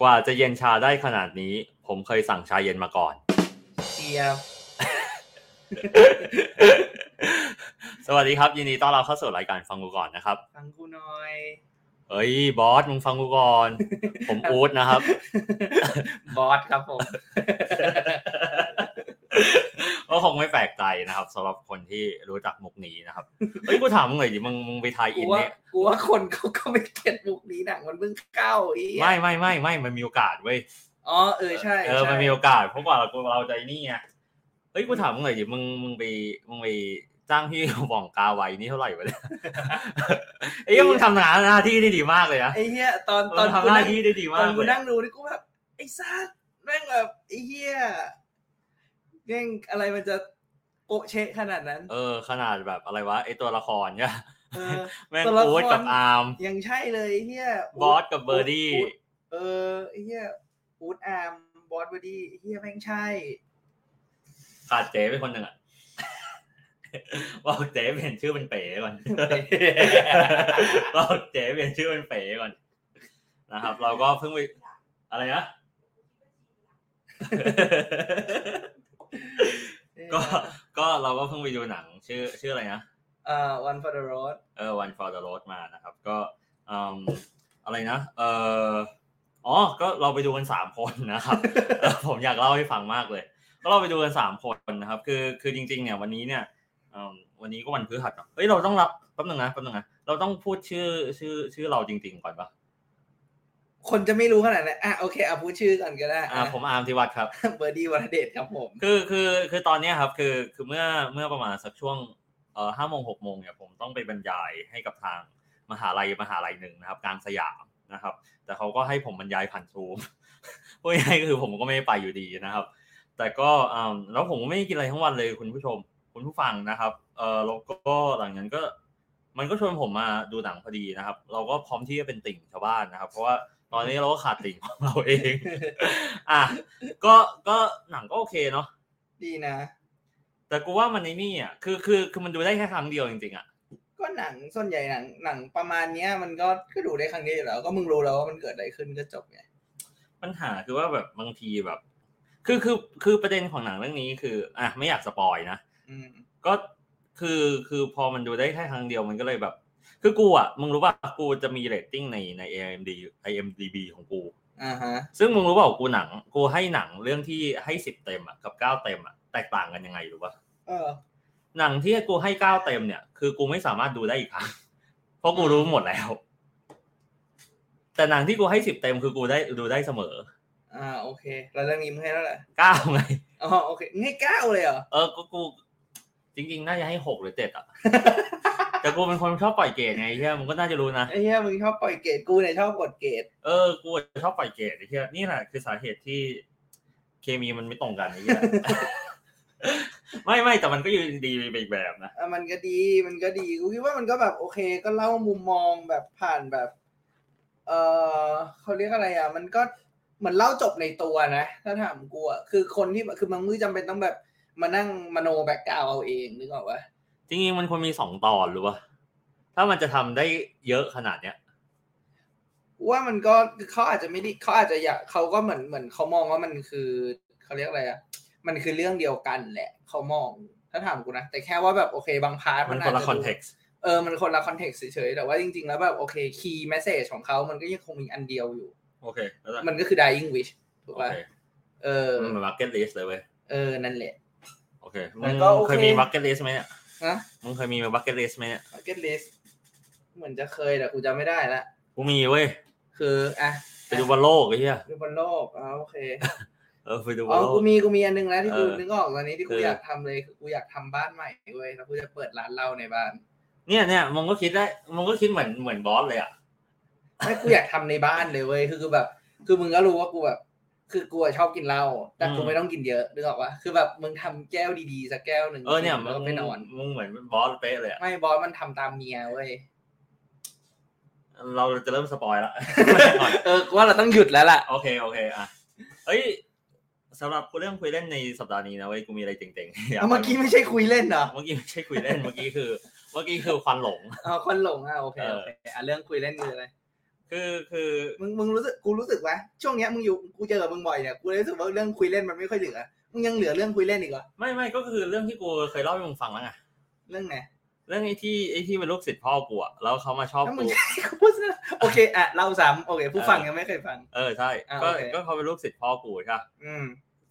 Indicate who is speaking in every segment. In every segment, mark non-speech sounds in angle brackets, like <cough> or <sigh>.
Speaker 1: กว่าจะเย็นชาได้ขนาดนี้ ผมเคยสั่งชาเย็นมาก่อน <laughs>
Speaker 2: เชียบ
Speaker 1: สวัสดีครับ ยินดีต้อนรับเข้าสู่รายการฟังกูก่อนนะครับ
Speaker 2: ฟังกูหน่อย
Speaker 1: เอ้ยบอสมึงฟังกูก่อน ผมอู๊ดนะครับ <laughs>
Speaker 2: บอสครับผม
Speaker 1: ก็คงไม่แปลกใจนะครับสำหรับคนที่รู้จักมุกนี้นะครับเฮ้ยกูถามมึงหน่อยดิมึงมึงไปทาย
Speaker 2: กู
Speaker 1: อิน
Speaker 2: ว่า
Speaker 1: เนี่ย
Speaker 2: กูว่าคนเขาก็ไม่เก็ตมุกนี้หนังมันเพิ่งเข้าอีก
Speaker 1: ไม่ไม่ไม่ไม่มันมีโอกาสเว้ย
Speaker 2: อ๋อเออใช่
Speaker 1: เออ
Speaker 2: ใช่
Speaker 1: มันมีโอกาสเพราะกว่าเราเราใจนี่ไงเฮ้ยกูถามมึงหน่อยดิมึงมึงไปมึงไปจ้างพี่หว่องกาไว้นี่เท่าไหร่วะ
Speaker 2: <laughs>
Speaker 1: เนี่ยไอ้ยมึงทำงานหน้าที่ได้ดีมากเลยนะ
Speaker 2: ไอ้เหี้ยตอน
Speaker 1: ต
Speaker 2: ต
Speaker 1: อ
Speaker 2: อน น
Speaker 1: ทำ
Speaker 2: กู
Speaker 1: หน้า
Speaker 2: นั่ง
Speaker 1: ที่ได้ดี
Speaker 2: ต
Speaker 1: มา
Speaker 2: อก นกู
Speaker 1: เลย
Speaker 2: นั่งดูนี่กูแบบไอ้ซัดแม่งแบบไอ้เหี้ยแม่งอะไรมันจะโปะเชะขนาดนั้น
Speaker 1: เออขนาดแบบอะไรวะไอ้ตัวละครเนี่ย
Speaker 2: เออ
Speaker 1: แม่ง
Speaker 2: ตัวละคร
Speaker 1: โอ๊ตกับอาร์ม
Speaker 2: ยังใช่เลยไอ้เหี้ย
Speaker 1: บอสกับเบอร์ดี้
Speaker 2: เออไอ้เหี้ยอูดอาร์มบอสบอดี้ไอ้เหี้ยแม่งใช่
Speaker 1: <laughs> ขาดเจ๊ไปคนหนึ่งอ่ะ <laughs> บอกเจ๊เปลี่ยนชื่อเป็นเป๋ก่อน บอก <laughs> เจ๊เปลี่ยนชื่อเป็นเป๋ก่อนนะครับ เราก็เพิ่งไปอะไรนะ <laughs> ก็ ก็เราก็เพิ่งไปดูหนัง ชื่อ ชื่ออะไรนะ
Speaker 2: เอ่อ one for the road
Speaker 1: เออ one for the road มานะครับ ก็อืมอะไรนะ เอออ๋อ ก็เราไปดูกันสามคนนะครับ <laughs> เออผมอยากเล่าให้ฟังมากเลย ก็เราไปดูกันสามคนนะครับ คือ คือจริง ๆ เนี่ยวันนี้เนี่ยอืมวันนี้ก็วันพฤหัสเนอะเอ้ย เราต้องรับแป๊บนึงนะแป๊บนึงนะ เราต้องพูดชื่อ ชื่อ ชื่อเราจริง ๆ ก่อนปะ
Speaker 2: คนจะไม่รู้ขนาดนั้นอ่ะโอเคอ่ะพูดชื่อกันก็ได้
Speaker 1: อ่า ผมอาร์มธิวัฒน์ครับ
Speaker 2: เบอร์ดี้วรเดชครับผม
Speaker 1: คือคือคือตอนเนี้ยครับคือคือเมื่อเมื่อประมาณสักช่วงเอ่อห้าโมงหกโมงเนี่ยผมต้องไปบรรยายให้กับทางมหาลัยมหาลัยหนึ่งนะครับกลางสยามนะครับ แต่เขาก็ให้ผมบรรยายผ่านซูม <laughs> พูดง่ายๆก็คือผมก็ไม่ได้ไปอยู่ดีนะครับ แต่ก็อืมแล้วผมก็ไม่ได้กินอะไรทั้งวันเลยคุณผู้ชม คุณผู้ฟังนะครับเออแล้วก็หลังจากนั้นก็ มันก็ชวนผมมาดูหนังพอดีนะครับ เราก็พร้อมที่จะเป็นติ่งชาวบ้านนะครับ เพราะว่าตอนนี้เราก็ขาดติ่งของเราเอง <laughs> อ่ะก็ก็หนังก็โอเคเนาะ
Speaker 2: ดีนะ
Speaker 1: แต่กูว่ามันในนี่อ่ะ คือ คือ คือมันดูได้แค่ครั้งเดียวจริงๆอ่ะ
Speaker 2: ก็หนังส่วนใหญ่หนังหนังประมาณเนี้ย มันก็ก็ดูได้ครั้งเดียวอยู่แล้ว ก็มึงรู้แล้วว่ามันเกิดอะไรขึ้นก็จบไง
Speaker 1: ปัญหาคือว่าแบบบางทีแบบ คือ คือ คือประเด็นของหนังเรื่องนี้คือ อ่ะ ไม่อยากสปอยนะ
Speaker 2: อืม
Speaker 1: ก็ คือ คือพอมันดูได้แค่ครั้งเดียวมันก็เลยแบบ คือกูอ่ะ มึงรู้ป่ะ กูจะมีเรตติ้งใน ใน IMD IMDB ของกู
Speaker 2: อ่าฮะ
Speaker 1: ซึ่งมึงรู้เปล่ากูหนัง กูให้หนังเรื่องที่ให้สิบเต็มอ่ะ กับเก้าเต็มอ่ะ แตกต่างกันยังไงรู้ป่ะ
Speaker 2: เออ
Speaker 1: หนังที่กูให้เก้าเต็มเนี่ย คือกูไม่สามารถดูได้อีกครั้ง <laughs> เพราะกูรู้หมดแล้ว แต่หนังที่กูให้สิบเต็มคือกูได้ดูได้เสมอ
Speaker 2: อ่าโอเค แล้วเรื่องนี้มึงให้เท่าไหร่
Speaker 1: เก้าไง
Speaker 2: อ๋อโอเคมึงให้เก้าเลยเหรอ
Speaker 1: เออก็กู จริง ๆ น่าจะให้หกหรือเจ็ดอ่ะ <laughs> แต่กูเป็นคนชอบปล่อยเกรดไงใช่มึงก็น่าจะรู้นะ
Speaker 2: ไอ้เหี้ยมึงชอบปล่อยเกรดกูเนี่ยชอบกดเกรด
Speaker 1: เออ กูชอบปล่อยเกรดไอ้เหี้ยนี่แหละคือสาเหตุที่เคมีมันไม่ตรงกันไอ้เหี้ย <laughs> ไม่ไม่แต่มันก็อยู่ดีไปอีกแบบนะ
Speaker 2: อ่ะมันก็ดีมันก็ดีกูคิดว่ามันก็แบบโอเค ก็เล่ามุมมองแบบผ่านแบบ เออเขาเรียกอะไรอ่ะ มันก็เหมือนเล่าจบในตัวนะ ถ้าถามกูอ่ะคือคนที่แบบคือมันไม่จำเป็นต้องแบบมานั่งมโนแบกกราวเอาเองนึกออกปะ
Speaker 1: จริงๆมันควรมีสองตอนหรือวะถ้ามันจะทำได้เยอะขนาดเนี้ย
Speaker 2: กูว่ามันก็เขาอาจจะไม่ได้เขาอาจจะอยากเขาก็เหมือนเหมือนเขามองว่ามันคือเขาเรียกอะไรอ่ะมันคือเรื่องเดียวกันแหละเขามองถ้าถามกูนะแต่แค่ว่าแบบโอเคบางพาร์ท
Speaker 1: มันคน
Speaker 2: อาจจะ
Speaker 1: ละคอน
Speaker 2: ดู
Speaker 1: เท็กซ์
Speaker 2: เออ มันคนละคอนเทกซ์เฉยๆ แต่ว่าจริงๆ แล้วแบบโอเค คีย์แมสเซจของเขามันก็ยังคงมีอันเดียวอยู่
Speaker 1: โอเคแล้วก็
Speaker 2: มันก็คือ dying wish ถูก
Speaker 1: โอ
Speaker 2: ป่ะ
Speaker 1: เค
Speaker 2: เออ
Speaker 1: มันมาร์เก็ตลิสเลยเว้ย
Speaker 2: เออ นั่นแหละ
Speaker 1: โอเค
Speaker 2: แล้
Speaker 1: มึง
Speaker 2: วก็โอเค
Speaker 1: เคยมีมาร์เก็ตลิสไหมเนี่ย
Speaker 2: ฮะ
Speaker 1: มึงเคยมีมาร์เก็ตลิสไหมเนี่ย
Speaker 2: bucket list เหมือนจะเคยแต่กูจำไม่ได้ละ
Speaker 1: กูมีเว้ย
Speaker 2: คือ อ่ะ
Speaker 1: ไปดูบอลโลกไอ้เหี้ย
Speaker 2: ดูบนโลกอ๋อโอเค
Speaker 1: เออ ไปดูบ
Speaker 2: อ๋
Speaker 1: อล
Speaker 2: อ
Speaker 1: โล
Speaker 2: กู
Speaker 1: ก
Speaker 2: มี กูมีอันนึงแล้วที่กู
Speaker 1: เออ
Speaker 2: นึกออกตอนนี้ที่
Speaker 1: คื
Speaker 2: กู
Speaker 1: อ
Speaker 2: อ
Speaker 1: อ
Speaker 2: ยากทำเลยคือกูอยากทำบ้านใหม่เว้ย แล้วกูจะเปิดร้านเหล้าในบ้าน
Speaker 1: เนี่ยเนี่ยมึงก็คิดได้ มึงก็คิดเหมือนเหมือนบอสเลยอ่ะ
Speaker 2: ไม่กูอยากทำในบ้านเลยเว้ย คือคือแบบ คือมึงก็รู้ว่ากูแบบ คือกูอะชอบกินเหล้า แต่กู
Speaker 1: อืม
Speaker 2: ไม่ต้องกินเยอะนึกออกปะคือแบบมึงทำแก้วดีๆสักแก้วหนึ่ง
Speaker 1: เออเนี่ยมึ
Speaker 2: แล้ว
Speaker 1: ง
Speaker 2: ก็ไปนอน
Speaker 1: มึงเหมือนบอสเป๊ะเลยอะ
Speaker 2: ไม่บอสมันทำตามเมียเว้ย
Speaker 1: เราจะเริ่มสปอย
Speaker 2: <laughs>
Speaker 1: ละ
Speaker 2: เออกูว่าเราต้องหยุดแล้วล่ะ
Speaker 1: โอเค โอเค อ่ะ เอ้ยสำหรับกูเรื่องคุยเล่นในสัปดาห์นี้นะเว้ย กูมีอะไรเจ๋งๆยา
Speaker 2: เมื่อกี้ไม่ใช่คุยเล่นเหรอ
Speaker 1: เมื่อกี้ไม่ใช่คุยเล่น เมื่อกี้คือ เมื่อกี้คือควันหลง
Speaker 2: อ๋อคนหลงอ่ะโอเค
Speaker 1: เออ
Speaker 2: โอเคอ่ะเรื่องคุยเล่นคืออะไร
Speaker 1: คือคือ
Speaker 2: มึงมึงรู้สึกกูรู้สึกว่าช่วงเนี้ยมึงอยู่กูเจอกับมึงบ่อยเนี่ยกูเลยรู้สึกว่าเรื่องคุยเล่นมันไม่ค่อยเหลือมึงยังเหลือเรื่องคุยเล่นอีกเหรอ
Speaker 1: ไม่ไม่ก็คือเรื่องที่กูเคยเล่าให้มึงฟังแล้วไง
Speaker 2: เรื่องไหน
Speaker 1: เรื่องไอ้ที่ไอ้ที่เป็นลูกศิษย์พ่อกูอะแล้วเขามาชอบ
Speaker 2: ถ้ามึ
Speaker 1: กู
Speaker 2: ง กูพูดซะ <laughs> โอเคอ่ะเล่าซ้ำโอเค ผู้ฟังยังไม่เคยฟัง
Speaker 1: เออใช่
Speaker 2: อ่า
Speaker 1: ก็
Speaker 2: โอเค
Speaker 1: ก็เขาเป็นลูกศิษย์พ่อกูใช่ปะ
Speaker 2: อืม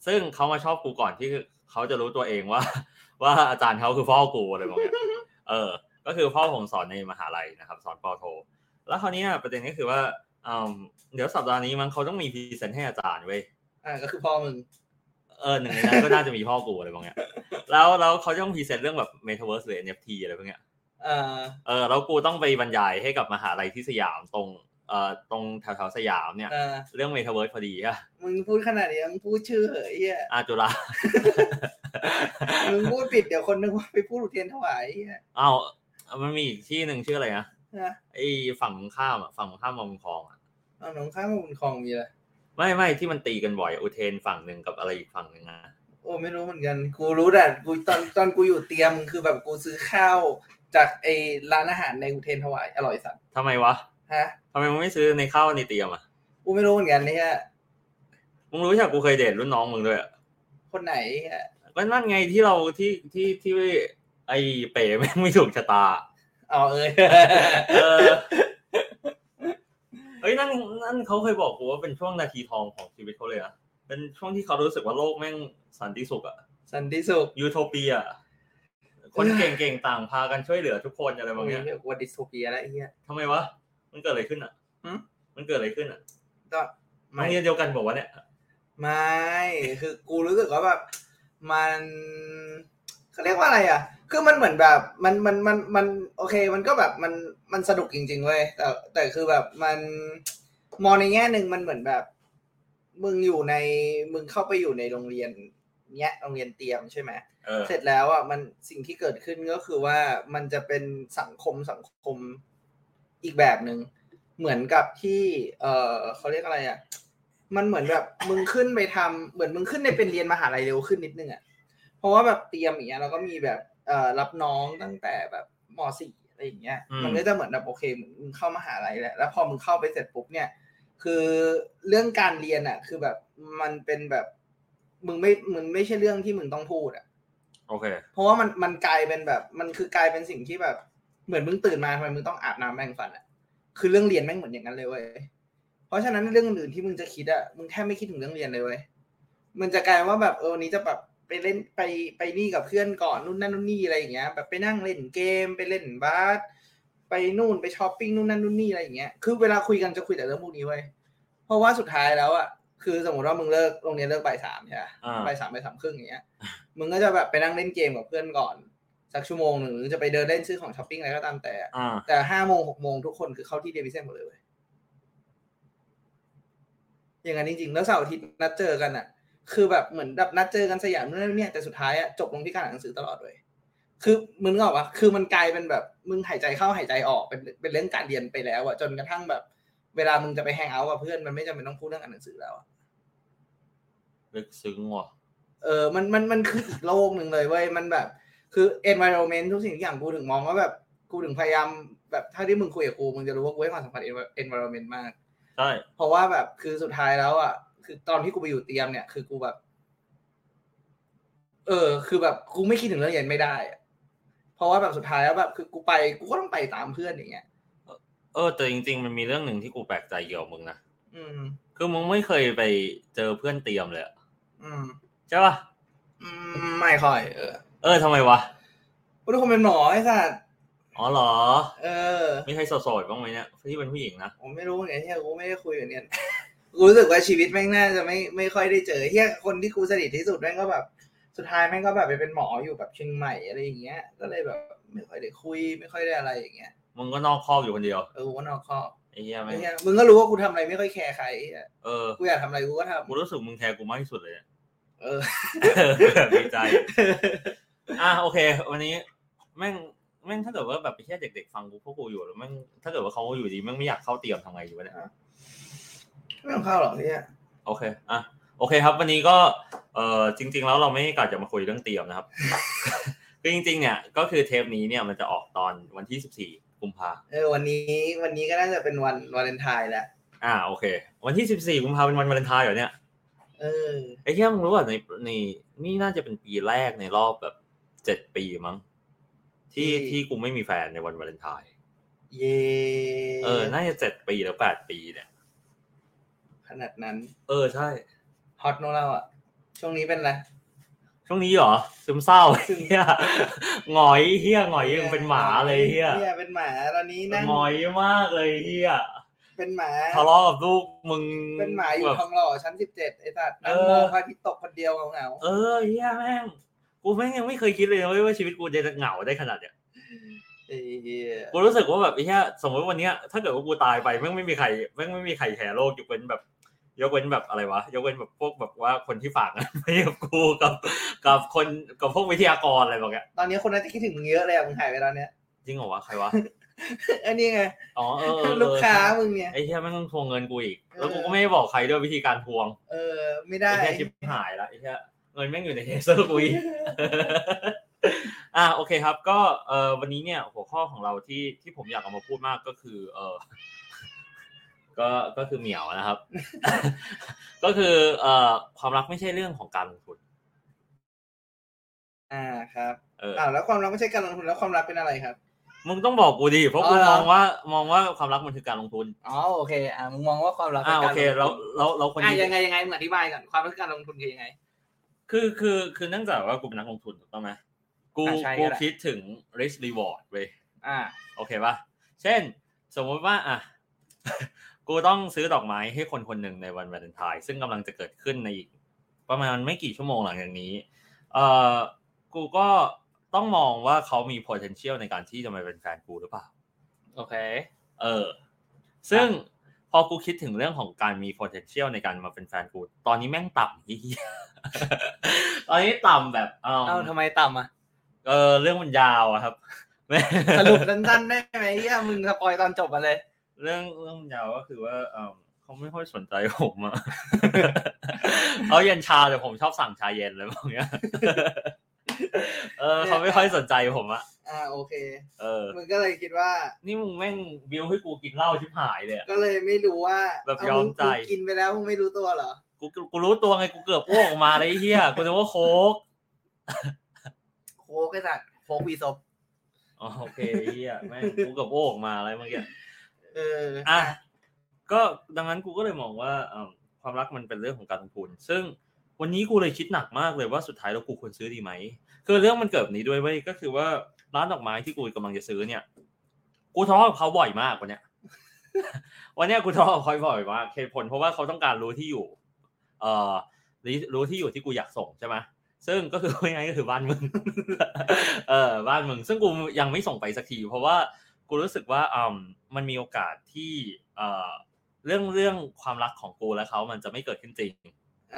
Speaker 1: ซึ่งเขามาชอบกูก่อนที่เขาจะรู้ตัวเองว่า <laughs> ว่าอาจารย์เขาคือพ่อกูอะไรแบบเนี้ยเออ ก็คือพ่อผมสอนในมหาลัยนะครับ สอนปอโท แล้วคราวเนี้ยประเด็นก็คือว่าอืมเดี๋ยวสัปดาห์นี้มั้งเขาต้องมีพรีเซนต์ให้อาจารย์เว้ย
Speaker 2: อ่าก็คือพ่อมึง
Speaker 1: เออหนึ่งในนั้นก็น่าจะมีพ่อกูอะไรบางอย่างแล้วแล้วเขาจะต้องพรีเซนต์เรื่องแบบ Metaverse หรือ NFT อะไรพวกเนี้ย
Speaker 2: เออ
Speaker 1: เออแล้วกูต้องไปบรรยายให้กับมหาลัยที่สยามตรงเอ่อตรงแถวแถวๆสยามเนี่ย
Speaker 2: เออ
Speaker 1: เรื่อง Metaverse พอดีอะ
Speaker 2: มึงพูดขนาดนี้มึงพูดชื่อเหอะไอ้เหี้ย
Speaker 1: อาจุฬา
Speaker 2: มึงพูดผิดเดี๋ยวคนนึกว่าไปพูดอุเทรนถวายไอ้เหี้ย
Speaker 1: อ้าวมันมีอีกที่หนึ่งชื่ออะไรนะ
Speaker 2: ฮะ
Speaker 1: ไอฝั่งตรงข้ามอะฝั่งตรงข้ามมอมคลองอะ
Speaker 2: เอาหนองข้างมุนคลองมีอะไร
Speaker 1: ไม่ไม่ที่มันตีกันบ่อยอุเทนฝั่งหนึ่งกับอะไรอีกฝั่งหนึ่งอะ
Speaker 2: โอ้ไม่รู้เหมือนกัน กูรู้แต่กูตอนตอนกูอยู่เตรียมคือแบบกูซื้อข้าวจากไอ้ร้านอาหารในอุเทรนถวายอร่อยสัตว์
Speaker 1: ทำไมวะ
Speaker 2: ฮะ
Speaker 1: ทำไมมึงไม่ซื้อในข้าวในเตรียมอะ
Speaker 2: กูไม่รู้เหมือนกันเนี่ย
Speaker 1: มึงรู้จักกูเคยเดทรุ่นน้องมึงด้วยอะ
Speaker 2: คนไหนไอ้เหี้ย
Speaker 1: ก็นั่นไงที่เราที่ที่ที่ไอเป๋แม่งไม่ถูกชะตา
Speaker 2: อ๋อเอ้ย <laughs>
Speaker 1: เออเอ้ยนั่นนั่นเขาเคยบอกกูว่าเป็นช่วงนาทีทองของชีวิตเขาเลยนะเป็นช่วงที่เขารู้สึกว่าโลกแม่งสันติสุขอะ
Speaker 2: สันติสุข
Speaker 1: ยูโทเปียอะคนเก่งๆต่างพากันช่วยเหลือทุกคนอะไรบางอย่าง
Speaker 2: เรียกว่าดิสโทเปียแล้วไอ้เหี้ย
Speaker 1: ทำไมวะมันเกิดอะไรขึ้นอะ
Speaker 2: หึ
Speaker 1: มันเกิดอะไรขึ้นอะ
Speaker 2: ก็
Speaker 1: มัน
Speaker 2: ไม่
Speaker 1: เรียนเดียวกันบอกว่าเนี่ย
Speaker 2: ไม่คือกูรู้สึกว่าแบบมันเขาเรียกว่าอะไรอ่ะ คือมันเหมือนแบบมันมันมันมันโอเค มันก็แบบมันมันสนุกจริงๆเว้ยแต่แต่คือแบบมันมองในแง่หนึ่งมันเหมือนแบบ มึงอยู่ในมึงเข้าไปอยู่ในโรงเรียนเนี้ยโรงเรียนเตรียมใช่ไหม
Speaker 1: เออ
Speaker 2: เสร็จแล้วอ่ะมันสิ่งที่เกิดขึ้นก็คือว่ามันจะเป็นสังคมสังคมอีกแบบหนึ่งเหมือนกับที่ เออเขาเรียกอะไรอ่ะมันเหมือนแบบมึงขึ้นไปทำเหมือนมึงขึ้นในเป็นเรียนมหาลัยเร็วขึ้นนิดนึงอ่ะเพราะว่าแบบเตรียมอย่างเงี้ยเราก็มีแบบเอ่อรับน้องตั้งแต่แบบมสี่อะไรอย่างเงี้ย มันก็จะเหมือนแบบโอเคเหมือนมึงเข้ามหาลัยแล้วแล้วพอมึงเข้าไปเสร็จปุ๊บเนี่ย คือเรื่องการเรียนอ่ะ คือแบบมันเป็นแบบมึงไม่มึงไม่ใช่เรื่องที่มึงต้องพูดอ่ะ
Speaker 1: โอเค
Speaker 2: เพราะว่ามันมันกลายเป็นแบบมันคือกลายเป็นสิ่งที่แบบ เหมือนมึงตื่นมาทำไมมึงต้องอาบน้ำแปรงฟันอะคือเรื่องเรียนแม่งเหมือนอย่างนั้นเลยเว้ยเพราะฉะนั้นเรื่องอื่นที่มึงจะคิดอะมึงแทบไม่คิดถึงเรื่องเรียนเลยเว้ยมันจะกลายว่าแบบเออวันนี้จะแบบไปเล่นไปไปนี่กับเพื่อนก่อนนู่นนั่นนู่นนี่อะไรอย่างเงี้ย แบบไปนั่งเล่นเกมไปเล่นบาสไปนู่นไปช้อปปิ้งนู่นนั่นนู่นนี่อะไรอย่างเงี้ยคือเวลาคุยกันจะคุยแต่เรื่องพวกนี้เว้ยเพราะว่าสุดท้ายแล้วอะคือสมมติว่ามึงเลิกโรงเรียนเลิกบ่ายสามใช่ปะ
Speaker 1: อ่า
Speaker 2: ไปสามไปสามครึ่งอย่างเงี้ย มึงก็จะแบบไปนั่งเล่นเกมกับเพื่อนก่อน สักชั่วโมงหนึ่งหรือจะไปเดินเล่นซื้อของช้อปปิ้งอะไรก็ตามแต่
Speaker 1: อ่า
Speaker 2: แต่ห้าโมงหกโมงทุกคนคือเข้าที่เดวิสเซนหมดเลยเว้ยอย่างนั้นจริงๆ แล้วเสาร์อาทิตย์นัดเจอกันอ่ะ คือแบบเหมือนแบบนัดเจอกันสยามนู่นนนเนี่ยแต่สุดท้ายอ่ะจบลงที่การอ่านหนังสือตลอดเลย คือมึงนึกออกปะคือมันกลายเป็นแบบมึงหายใจเข้าหายใจออกเป็นเป็นเรื่องการเรียนไปแล้วอ่ะจนกระทั่งแบบ เวลามึงจะไปแฮงเอาท์กับเพื่อนมันไม่จำเป็นต้องพูดเรื่องอ่านหนังสือแล้วอะ
Speaker 1: ลึกซึ้งว่ะ
Speaker 2: เออ มัน มัน มันคืออีกโลกหนึ่งเลยเว้ย มันแบบ คือ environment ทุกสิ่งทุกอย่างกูถึงมองว่าแบบ กูถึงพยายามแบบถ้าที่มึงคุยกับกู มึงจะรู้ว่ากูให้ความสำคัญ envi- environment มาก
Speaker 1: ใช่
Speaker 2: เพราะว่าแบบ คือสุดท้ายแล้วอ่ะ คือตอนที่กูไปอยู่เตรียมเนี่ย คือกูแบบ เออ คือแบบ กูไม่คิดถึงเรื่องเรียนไม่ได้อะเพราะว่าแบบสุดท้ายแล้วแบบ คือกูไป กูก็ต้องไปตามเพื่อนอย่างเงี้ย
Speaker 1: เออแต่จริง ๆ มันมีเรื่องหนึ่งที่กูแปลกใจเกี่ยวกับมึงนะ
Speaker 2: อืม
Speaker 1: คือมึงไม่เคยไปเจอเพื่อนเตรียมเลยอะ
Speaker 2: อืม
Speaker 1: ใช่ปะ
Speaker 2: อืมไม่ค่อย เออ
Speaker 1: เออทำไมวะ
Speaker 2: กูทุกคนเป็นหมอไอ้สัตว์
Speaker 1: อ๋อเหรอ
Speaker 2: เออ
Speaker 1: ไม่ใช่โสดๆบ้างไหมเนี่ยที่เป็นผู้หญิงนะ
Speaker 2: ผมไม่รู้ไงเฮียกูไม่ได้คุยกับเนี่ย กูรู้สึกว่าชีวิตแม่งน่าจะไม่ไม่ค่อยได้เจอเฮียคนที่กูสนิทที่สุดแม่งก็แบบ สุดท้ายแม่งก็แบบไปเป็นหมออยู่แบบเชียงใหม่อะไรอย่างเงี้ย ก็เลยแบบไม่ค่อยได้คุย ไม่ค่อยได้อะไรอย่างเงี้ย
Speaker 1: มึงก็นอกครอบอยู่คนเดียว
Speaker 2: เออกูก็นอกคอบ
Speaker 1: ไอ้เหี้ยแม่
Speaker 2: ไอ้
Speaker 1: ง
Speaker 2: เฮียมึงก็รู้ว่ากูทำอะไรไม่ค่อยแคร์ใครไอ้เหี้ย
Speaker 1: เออ
Speaker 2: กูอยากทำอะไรกูก็ทำ
Speaker 1: กูรู้สึกมึงแคร์กูมากที่สุดเลย
Speaker 2: <laughs>
Speaker 1: เนี่ย
Speaker 2: เออ
Speaker 1: ดีใจ อ่ะโอเค วันนี้ แม่งแม่งถ้าเกิดว่าแบบไปแค่เด็กๆฟังกูพวกกูอยู่แล้วแม่งถ้าเกิดว่าเขาอยู่ดีแม่งไม่อยากเข้าเตรียมทำไงอยู่วะเนี่ย
Speaker 2: ไม่ต้องเข้าหรอกไอ้เฮีย
Speaker 1: โอเค อ่ะ โอเคครับ วันนี้ก็ เอ่อ จริง ๆ แล้วเราไม่ได้กะจะมาคุย
Speaker 2: <laughs>
Speaker 1: เรื่องเตรียมนะครับ คือจริง ๆ เนี่ย ก็คือเทปนี้เนี่ยมันจะออกตอนวันที่ 14 กุมภา
Speaker 2: เออวันนี้วันนี้ก็น่าจะเป็นวันวาเลนไทน์แหละ
Speaker 1: อ่าโอเค วันที่สิบสี่กุมภาเป็นวันวาเลนไทน์เหรอเนี่ย
Speaker 2: เออ
Speaker 1: ไอ้เหี้ยมึงรู้ป่ะในในนี่น่าจะเป็นปีแรกในรอบแบบเจ็ดปีมั้งที่
Speaker 2: ที่
Speaker 1: ที่กูไม่มีแฟนในวันวาเลนไทน์
Speaker 2: เย่
Speaker 1: เออน่าจะเจ็ดปีแล้วแปดปีเนี่ย
Speaker 2: ขนาดนั้น
Speaker 1: เออใช่
Speaker 2: ฮอตโนเราอ่ะ ช่วงนี้เป็นไร
Speaker 1: ช่วงนี้เหรอซึมเศร้า
Speaker 2: ซึม
Speaker 1: เฮียหงอยเฮียหงอยยังเป็นหมาเลยเฮีย
Speaker 2: เฮียเป็นหมาตอนนี้นั่ง
Speaker 1: หงอยมากเลยเฮีย
Speaker 2: เป็นหมา
Speaker 1: ทะเลาะกับลูกมึง
Speaker 2: เป็นหมาอยู่
Speaker 1: แบบ
Speaker 2: ทองหล่อชั้นสิบเจ็ดไอ้สัตว์นั่ง
Speaker 1: เออ
Speaker 2: มองพระอาทิตย์ตกคนเดียวเหงา
Speaker 1: เออเฮียแม่งกูแม่งยังไม่เคยคิดเลยนะเว้ยว่าชีวิตกูจะเหงาได้ขนาดเนี้ย
Speaker 2: ๆเออเหี้ย
Speaker 1: กูรู้สึกว่าแบบไอ้เฮียสมมติวันเนี้ยถ้าเกิดว่ากูตายไปแม่งไม่มีใครแม่งไม่มีใครแคร์โลกยกเว้นแบบ ยกเว้นแบบอะไรวะยกเว้นแบบพวกแบบว่าคนที่ฝากเงิน <laughs> ไปกับกูกับ กับคนกับพวกวิทยากรอะไรแบบเนี้ย
Speaker 2: ตอนนี้คนน่าจะคิดถึงมึงเยอะเลยอะมึงหายไปแล้วเนี่ย
Speaker 1: จริงเหรอวะใครวะ
Speaker 2: อันนี้ไง
Speaker 1: อ๋อเออเออ
Speaker 2: ลูกค้ามึงเนี่ย
Speaker 1: ไอ้เหี้ยแม่งต้องทวงเงินกูอีก
Speaker 2: เออ
Speaker 1: แล้วกูก็ไม่ได้บอกใครด้วยวิธีการทวง
Speaker 2: เออ ไม่
Speaker 1: ไอ้
Speaker 2: ได้
Speaker 1: เหี้ยชิบหายละไอ้เหี้ยเงินแม่งอยู่ในเทเซอร์กูอีก <laughs> อ่ะโอเคครับ ก็เอ่อวันนี้เนี่ยหัวข้อของเราที่ที่ผมอยากเอามาพูดมากก็คือเอ <laughs> อก็ก็คือเหมียวนะครับ <laughs> ก็คือเอ่อความรักไม่ใช่เรื่องของการลงทุน
Speaker 2: อ่าครับ
Speaker 1: เออ
Speaker 2: อ้าวแล้วความรักไม่ใช่การลงทุนแล้วความรักเป็นอะไรครับ
Speaker 1: มึงต้องบอกกูดิเพราะกู
Speaker 2: อ๋อเหร
Speaker 1: ม
Speaker 2: อ
Speaker 1: องว่ามองว่าความรักมันคือการลงทุน
Speaker 2: อ๋อโอเคอ่ามึงมองว่าความรักป็
Speaker 1: อ่านโอ
Speaker 2: การ
Speaker 1: เค
Speaker 2: ลงทุน
Speaker 1: แล้วแล้วแล้วคน
Speaker 2: อ่ะ
Speaker 1: นี้
Speaker 2: ยังไงยังไงมึงอธิบายก่อนความรักคือการลงทุนคือยังไง
Speaker 1: คือคือคือเนื่องจากว่ากูเป็นนักลงทุนถูกต้องไหมกู
Speaker 2: อ่ะใช่
Speaker 1: กู
Speaker 2: ก็ได้
Speaker 1: คิดถึง risk reward เว้ย
Speaker 2: อ่า
Speaker 1: โอเคป่ะ เช่น สมมติว่าอ่ะ <laughs> กูต้องซื้อดอกไม้ให้คนคนหนึ่งในวันวาเลนไทน์ซึ่งกำลังจะเกิดขึ้นในอีก ประมาณไม่กี่ชั่วโมงหลังจากนี้ เอ่อกูก็ต้องมองว่าเขามี potential ในการที่จะมาเป็นแฟนกูหรือเปล่า
Speaker 2: โอเค
Speaker 1: เออ ซึ่งพอกูคิดถึงเรื่องของการมี potential ในการมาเป็นแฟนกู ตอนนี้แม่งต่ำเหีย <laughs> ตอนนี้ต่ำแบบเอ
Speaker 2: เอ้า
Speaker 1: อ
Speaker 2: ทำไมต่ำอ่ะ
Speaker 1: เออเรื่องมันยาวอะครับ
Speaker 2: สรุปสั้นๆได้ไหมเฮียมึงสปอยตอนจบมาเลย
Speaker 1: เรื่องเรื่องมันยาวก็คือว่าเออเขาไม่ค่อยสนใจผม <laughs> อะ เขาเย็นชาแต่ผมชอบสั่งชาเย็นเลยพวกเนี้ย เออเขาไม่ค่อยสนใจผมอะ
Speaker 2: อ่าโอเค
Speaker 1: เออ
Speaker 2: <laughs> มึงก็เลยคิดว่า
Speaker 1: นี่มึงแม่งบิวให้กูกินเหล้าชิบหายเลยอะ
Speaker 2: ก็เลยไม่รู้ว่า
Speaker 1: แบบ
Speaker 2: เาย
Speaker 1: อมใจ
Speaker 2: งกินไปแล้วมึงไม่รู้ตัวเหรอ
Speaker 1: กูกูกูรู้ตัวไงกูเกือบอ้วกออกมาเลยไอ้เฮียกูนึกว่าโค้ก
Speaker 2: โคกไอ้สัตว์โคกวีซบ
Speaker 1: อ๋อโอเคไอ้เฮียแม่งกูกับโอ้ออกมาอะไรเมื่อกี้
Speaker 2: เออ
Speaker 1: อ่ะก็ดังนั้นกูก็เลยมองว่าเอิ่มความรักมันเป็นเรื่องของการลงทุน ซึ่งวันนี้กูเลยคิดหนักมากเลยว่าสุดท้ายแล้วกูควรซื้อดีไหมคือเรื่องมันเกิดแบบนี้ด้วยเว้ยก็คือว่าร้านดอกไม้ที่กูกำลังจะซื้อเนี่ย กูทะเลาะกับเขาบ่อยมากวันเนี้ย วันเนี้ยกูทะเลาะกับเขาบ่อยมากเหตุผลเพราะว่าเขาต้องการรู้ที่อยู่ เอ่อรู้รู้ที่อยู่ที่กูอยากส่งใช่ไหมซึ่งก็คือ <laughs> ยังไงก็คือบ้านมึง เออบ้านมึง ซึ่งกูยังไม่ส่งไปสักทีเพราะว่ากูรู้สึกว่าอืมมันมีโอกาสที่เอ่อเรื่องเรื่องความรักของกูและเขามันจะไม่เกิดขึ้นจริง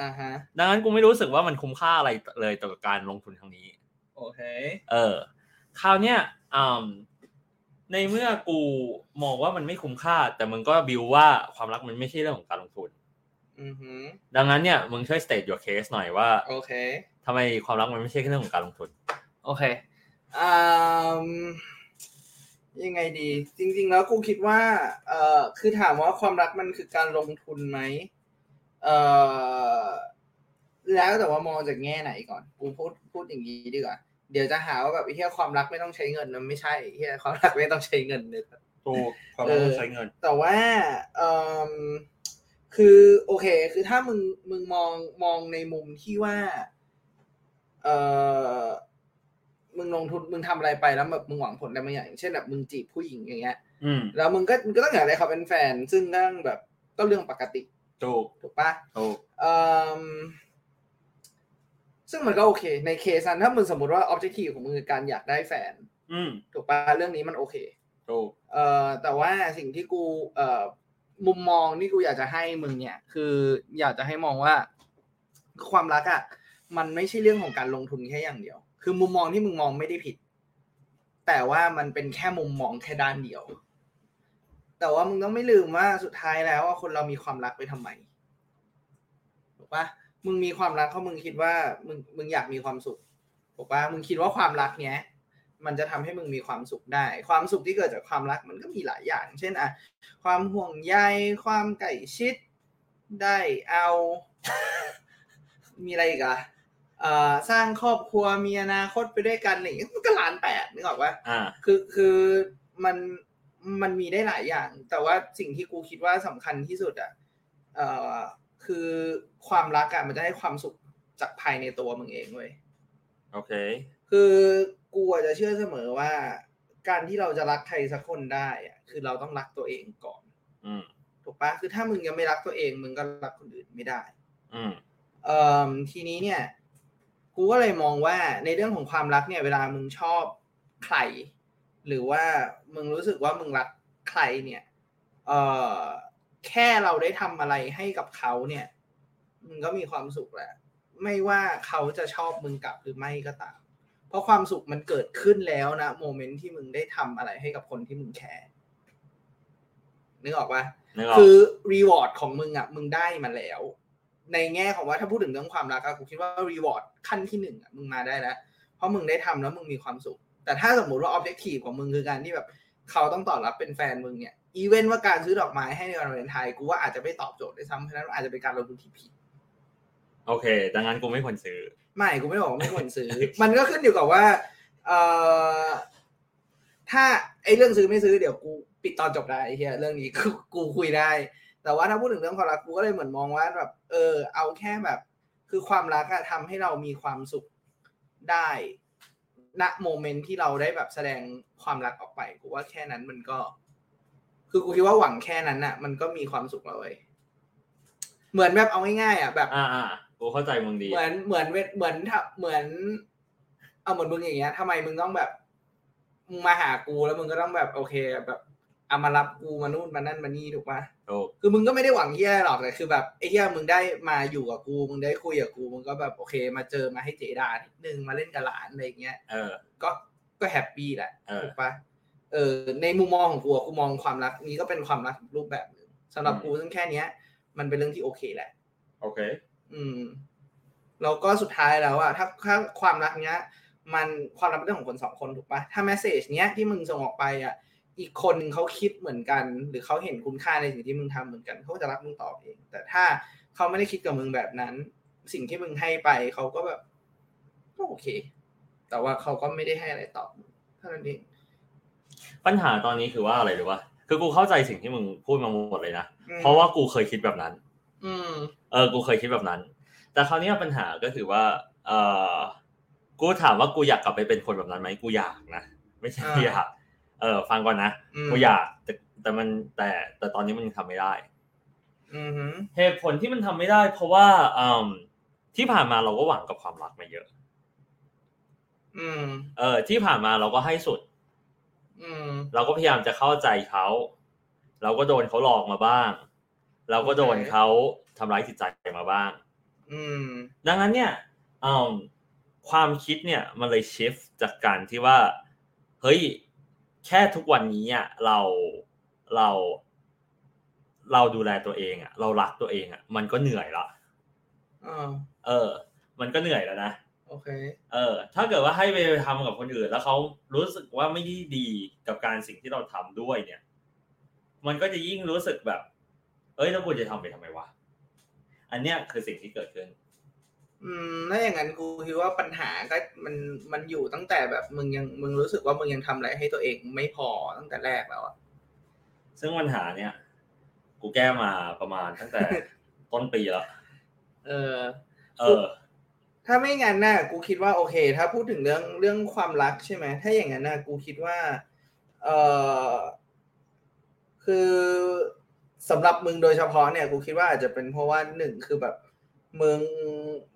Speaker 2: อ่าฮะ
Speaker 1: ดังนั้นกูไม่รู้สึกว่ามันคุ้มค่าอะไรเลยต่อการลงทุนครั้งนี้
Speaker 2: โอเค
Speaker 1: เออคราวเนี้ยอืมในเมื่อกูมองว่ามันไม่คุ้มค่า แต่มึงก็บิวว่าความรักมันไม่ใช่เรื่องของการลงทุน
Speaker 2: อือหือ
Speaker 1: ดังนั้นเนี่ยมึงช่วย state your case หน่อยว่า
Speaker 2: โอเค
Speaker 1: ทำไมความรักมันไม่ใช่แค่เรื่องของการลงทุน
Speaker 2: โอเคอืมยังไงดี จริง ๆ แล้วกูคิดว่า เอ่อ คือถามว่าความรักมันคือการลงทุนไหมเอ่อ แล้วแต่ว่ามองจากแง่ไหนก่อน กูพูดพูดอย่างนี้ดีกว่า เดี๋ยวจะหาว่าแบบไอ้เหี้ยความรักไม่ต้องใช้เงินนะไม่ใช่ไอ้เหี้ยความรักไม่ต้องใช้เงินเลย
Speaker 1: ถูก
Speaker 2: ความรักต้องใช้เงิน แต่ว่าเอมคือโอเค คือถ้ามึงมึงมองมองในมุมที่ว่า เออมึงลงทุนมึงทำอะไรไปแล้วแบบมึงหวังผลอะไรบางอย่างอย่างเช่นแบบมึงจีบผู้หญิงอย่างเงี้ย
Speaker 1: อืม
Speaker 2: แล้วมึงก็มึงก็ต้องอยากได้เขาเป็นแฟน ซึ่งนั่งแบบก็เรื่องปกติ
Speaker 1: ถูก
Speaker 2: ถูกปะ
Speaker 1: ถูก
Speaker 2: เอมซึ่งมันก็โอเค ในเคสนั้นถ้ามึงสมมติว่าออบเจกตีของมึงคือการอยากได้แฟน
Speaker 1: อืม
Speaker 2: ถูกปะเรื่องนี้มันโอเค
Speaker 1: ถูก
Speaker 2: เอ่อแต่ว่าสิ่งที่กูเอ่อมุมมองที่กูอยากจะให้มึงเนี่ย คืออยากจะให้มองว่า ความรักอะ่ะมันไม่ใช่เรื่องของการลงทุนแค่อย่างเดียว คือมุมมองที่มึงมองไม่ได้ผิด แต่ว่ามันเป็นแค่มุมมองแค่ด้านเดียว แต่ว่ามึงต้องไม่ลืมว่าสุดท้ายแล้วว่าคนเรามีความรักไปทำไมถูกปะมึงมีความรักเพราะมึงคิดว่ามึงมึงอยากมีความสุขถูกปะมึงคิดว่าความรักเนี้ย มันจะทำให้มึงมีความสุขได้ ความสุขที่เกิดจากความรักมันก็มีหลายอย่าง เช่นอะความห่วงใยความใกล้ชิดได้เอา <laughs> มีอะไรอีกอะเอ่อสร้างครอบครัวมีอนาคตไปด้วยกันอะไรอย่างเงี้ยมันก็ล้านแปดนึกออกปะ
Speaker 1: อ่า
Speaker 2: คือคือมันมันมีได้หลายอย่าง แต่ว่าสิ่งที่กูคิดว่าสำคัญที่สุดอ่ะเอ่อคือความรักอ่ะมันจะให้ความสุขจากภายในตัวมึงเองเว้ย
Speaker 1: โอเค
Speaker 2: คือกูอาจจะเชื่อเสมอว่า การที่เราจะรักใครสักคนได้อ่ะคือเราต้องรักตัวเองก่อน
Speaker 1: อืม
Speaker 2: ถูกปะคือถ้ามึงยังไม่รักตัวเอง มึงก็รักคนอื่นไม่ได้
Speaker 1: อืม
Speaker 2: เอ่อทีนี้เนี่ย กูก็เลยมองว่าในเรื่องของความรักเนี่ย เวลามึงชอบใคร หรือว่ามึงรู้สึกว่ามึงรักใครเนี่ยเอ่อแค่เราได้ทำอะไรให้กับเขาเนี่ย มึงก็มีความสุขแหละ ไม่ว่าเขาจะชอบมึงกลับหรือไม่ก็ตาม เพราะความสุขมันเกิดขึ้นแล้วนะโมเมนต์ที่มึงได้ทำอะไรให้กับคนที่มึงแคร์นึกออกปะ
Speaker 1: นึกออก
Speaker 2: คือรีวอร์ดของมึงอ่ะมึงได้มาแล้ว ในแง่ของว่าถ้าพูดถึงเรื่องความรักอะกูคิดว่ารีวอร์ดขั้นที่หนึ่งอะมึงมาได้แล้ว เพราะมึงได้ทำแล้วมึงมีความสุข แต่ถ้าสมมุติว่าออบเจกตีฟของมึงคือการที่แบบ เขาต้องตอบรับเป็นแฟนมึงเนี่ยอีเวนต์ว่าการซื้อดอกไม้ให้ในวันวาเลนไทน์กูว่าอาจจะไม่ตอบโจทย์ด้วยซ้ำเพราะฉะนั้นอาจจะเป็นการลงทุนที่ผิด
Speaker 1: โอเค ดังนั้นกูไม่ควรซื้อ
Speaker 2: ไม่กูไม่ได้บอกว่าไม่ควรซื้อ มันก็ขึ้นอยู่กับว่าเอ่อถ้าไอ้เรื่องซื้อไม่ซื้อเดี๋ยวกูปิดตอนจบได้ไอ้เฮียเรื่องนี้ <laughs> กูกูคุยได้ แต่ว่าถ้าพูดถึงเรื่องความรักกูก็เลยเหมือนมองว่าแบบ เออ เอาแค่แบบ คือความรักอะทำให้เรามีความสุขได้ณโมเมนต์ที่เราได้แบบแสดงความรักออกไปกูว่าแค่นั้นมันก็ คือกูคิดว่าหวังแค่นั้นอะมันก็มีความสุขแล้วเว้ยเหมือนแบบเอาง่ายๆอะแบบ
Speaker 1: อ่าอ่ากูเข้าใจมึงดี
Speaker 2: เหมือนเหมือนเวเหมือนถ้าเหมือน เอาเหมือนมึงอย่างเงี้ยทำไมมึงต้องแบบมึงมาหากูแล้วมึงก็ต้องแบบ โอเค แบบเอามารับกูมานู่นมานั่นมานี่ถูกปะ
Speaker 1: ถูก
Speaker 2: คือมึงก็ไม่ได้หวังเฮียอะไรหรอกแต่คือแบบไอ้เฮียมึงได้มาอยู่กับกูมึงได้คุยกับกูมึงก็แบบโอเค มาเจอมาให้เจดานิดนึงมาเล่นกับหลานอะไรอย่างเงี้ย
Speaker 1: เออ
Speaker 2: ก็ก็แฮปปี้แหละ
Speaker 1: เออ
Speaker 2: ถูกปะเออ ในมุมมองของกูอะกูมองความรักนี้ก็เป็นความรักรูปแบบหนึ่งสำหรับกูซึ่งแค่เนี้ย มันเป็นเรื่องที่โอเคแหละ
Speaker 1: โอเค
Speaker 2: อืมแล้วก็สุดท้ายแล้วอะถ้าถ้าความรักเนี้ย มันความรักเป็นเรื่องของคนสองคนถูกปะถ้าแมสเซจเนี้ยที่มึงส่งออกไปอะอีกคนหนึ่งเขาคิดเหมือนกัน หรือเขาเห็นคุณค่าในสิ่งที่มึงทำเหมือนกันเขาก็จะรักมึงตอบเอง แต่ถ้าเขาไม่ได้คิดกับมึงแบบนั้น สิ่งที่มึงให้ไปเขาก็แบบก็โอเค แต่ว่าเขาก็ไม่ได้ให้อะไรตอบมึงเท่านั้นเอง
Speaker 1: ปัญหาตอนนี้คือว่าอะไรหรือวะ คือกูเข้าใจสิ่งที่มึงพูดมาหมดเลยนะ
Speaker 2: อืม
Speaker 1: เพราะว่ากูเคยคิดแบบนั้น
Speaker 2: อืม
Speaker 1: เออ กูเคยคิดแบบนั้น แต่คราวนี้ปัญหาก็คือว่า เออกูถามว่ากูอยากกลับไปเป็นคนแบบนั้นไหม กูอยากนะ ไม่ใช่
Speaker 2: อ่า
Speaker 1: อยาก เออ ฟังก่อนนะ
Speaker 2: อืม
Speaker 1: กูอยาก แต่แต่มันแต่แต่ตอนนี้มันยังทำไม่ได้
Speaker 2: อืมฮึ
Speaker 1: เหตุผลที่มันทำไม่ได้ เพราะว่าอืมที่ผ่านมาเราก็หวังกับความรักมาเยอะ
Speaker 2: อืม
Speaker 1: เออ ที่ผ่านมาเราก็ให้สุด
Speaker 2: อืม
Speaker 1: เราก็พยายามจะเข้าใจเขา เราก็โดนเขาหลอกมาบ้าง เราก็โดน
Speaker 2: โอเค
Speaker 1: เขาทำร้ายจิตใจมาบ้าง
Speaker 2: อืม
Speaker 1: ดังนั้นเนี่ยเอิ่มความคิดเนี่ยมันเลยชิฟจากการที่ว่า เฮ้ย แค่ทุกวันนี้อ่ะเรา เรา เราดูแลตัวเองอ่ะ เรารักตัวเองอ่ะ มันก็เหนื่อยละ
Speaker 2: อ่า
Speaker 1: เออ มันก็เหนื่อยแล้วนะ
Speaker 2: โอเค
Speaker 1: เออ ถ้าเกิดว่าให้ไปทำกับคนอื่น แล้วเขารู้สึกว่าไม่ได้ดีกับการสิ่งที่เราทำด้วยเนี่ย มันก็จะยิ่งรู้สึกแบบ เอ้ยแล้วกูจะทำไปทำไมวะ อันเนี้ยคือสิ่งที่เกิดขึ้น
Speaker 2: อืมถ้าอย่างนั้นกูคิดว่าปัญหาก็มันมันอยู่ตั้งแต่แบบมึงยังมึงรู้สึกว่ามึงยังทำอะไรให้ตัวเองไม่พอตั้งแต่แรกแล้วอะ
Speaker 1: ซึ่งปัญหาเนี่ย กูแก้มาประมาณตั้งแต่ ต้นปีแล้ว
Speaker 2: เออ
Speaker 1: เออ
Speaker 2: ถ้าไม่งั้นน่ะกูคิดว่าโอเค ถ้าพูดถึงเรื่องเรื่องความรักใช่ไหมถ้าอย่างนั้นน่ะกูคิดว่าเออคือสำหรับมึงโดยเฉพาะเนี่ย กูคิดว่าอาจจะเป็นเพราะว่าหนึ่งคือแบบมึง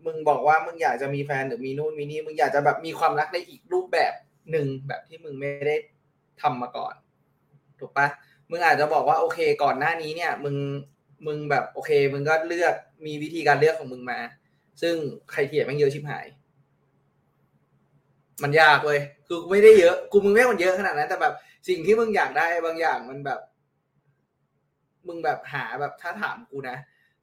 Speaker 2: มึงบอกว่ามึงอยากจะมีแฟนหรือมีนู่นมีนี่มึงอยากจะแบบมีความรักในอีกรูปแบบหนึ่งแบบที่มึงไม่ได้ทำมาก่อนถูกปะมึงอาจจะบอกว่าโอเค ก่อนหน้านี้เนี่ย มึงมึงแบบโอเค มึงก็เลือกมีวิธีการเลือกของมึงมา ซึ่งใครเทียบแม่งเยอะชิบหาย มันยากเว้ย คือกูไม่ได้เยอะ กูมึงไม่ได้คนเยอะขนาดนั้น แต่แบบสิ่งที่มึงอยากได้บางอย่างมันแบบ มึงแบบหาแบบถ้าถามกูนะ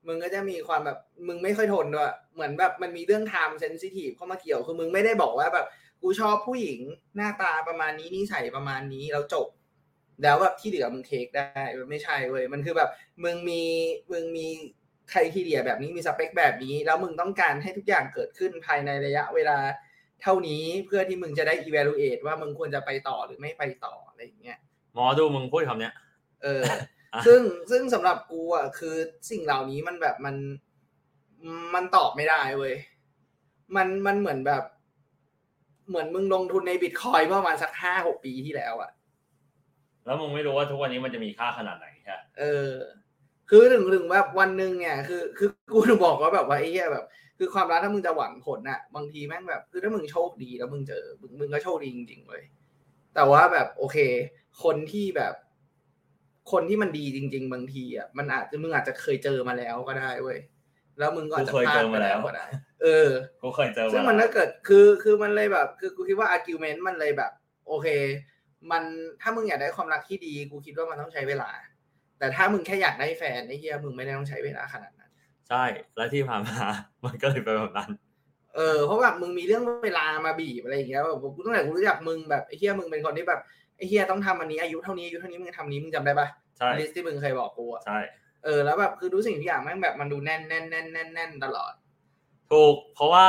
Speaker 2: มึงก็จะมีความแบบมึงไม่ค่อยทนด้วย เหมือนแบบมันมีเรื่อง time sensitive เข้ามาเกี่ยว คือมึงไม่ได้บอกว่าแบบ กูชอบผู้หญิงหน้าตาประมาณนี้นิสัยประมาณนี้แล้วจบ แล้วแบบที่เหลือมึงเทคได้มันไม่ใช่เว้ยมันคือแบบมึงมีมึงมีใครทีเดียแบบนี้มีสเปคแบบนี้ แล้วมึงต้องการให้ทุกอย่างเกิดขึ้นภายในระยะเวลาเท่านี้เพื่อที่มึงจะได้ evaluate ว่ามึงควรจะไปต่อหรือไม่ไปต่ออะไรอย่างเงี้ย
Speaker 1: หมอดูมึงพูดคำเนี้ย
Speaker 2: เออ
Speaker 1: <laughs> อ่ะ
Speaker 2: ซึ่งซึ่งสำหรับกูอ่ะคือสิ่งเหล่านี้มันแบบมันมันตอบไม่ได้เว้ยมันมันเหมือนแบบ เหมือนมึงลงทุนในบิตคอยเมื่อประมาณสักห้าหกปีที่แล้วอ่ะ
Speaker 1: แล้วมึงไม่รู้ว่าทุกวันนี้มันจะมีค่าขนาดไหนใช่ไหม
Speaker 2: เออ คือถึงถึงแบบวันหนึ่งเนี่ย คือ คือกูถึงบอกว่าแบบว่าไอ้เหี้ยแบบ คือความรักถ้ามึงจะหวังผลน่ะ บางทีแม่งแบบ คือถ้ามึงโชคดีแล้วมึงเจอ มึงมึงก็โชคดีจริงๆเลย แต่ว่าแบบโอเค คนที่แบบ คนที่มันดีจริง ๆ บางทีอ่ะ มันอาจจะมึงอาจจะเคยเจอมาแล้วก็ได้เว้ย แล้วมึงก็อาจจะพลาดไปแล้วก็ได้ เออ
Speaker 1: กูเคยเจ
Speaker 2: ซึ่ง
Speaker 1: อา
Speaker 2: มันก็เกิดคือคือมันเลยแบบ คือกูคิดว่า argument มันเลยแบบ โอเค มันถ้ามึงอยากได้ความรักที่ดี กูคิดว่ามันต้องใช้เวลา แต่ถ้ามึงแค่อยากได้แฟนไอ้เฮียมึงไม่ได้ต้องใช้เวลาขนาดนั้น
Speaker 1: ใช่ และที่ผ่าน <laughs> มา มันก็เลยเป็นแบบนั้น
Speaker 2: เออเพราะแบบมึงมีเรื่องเวลามาบีบอะไรอย่างเงี้ยแบบกูตั้งแต่กูรู้จักมึงแบบไอ้เฮียมึงเป็นคนที่แบบไอ้เฮียต้องทำอันนี้อายุเท่านี้อายุเท่านี้มึงทำนี้มึงจำได้ปะ
Speaker 1: ใช่
Speaker 2: ลิสต์ที่มึงเคยบอกกูอะ
Speaker 1: ใช่
Speaker 2: เออแล้วแบบคือรู้สิ่งทุกอย่างแม่งแบบมันดูแน่นแน่นแน่นแน่นแน่นตลอด
Speaker 1: ถูกเพราะว่า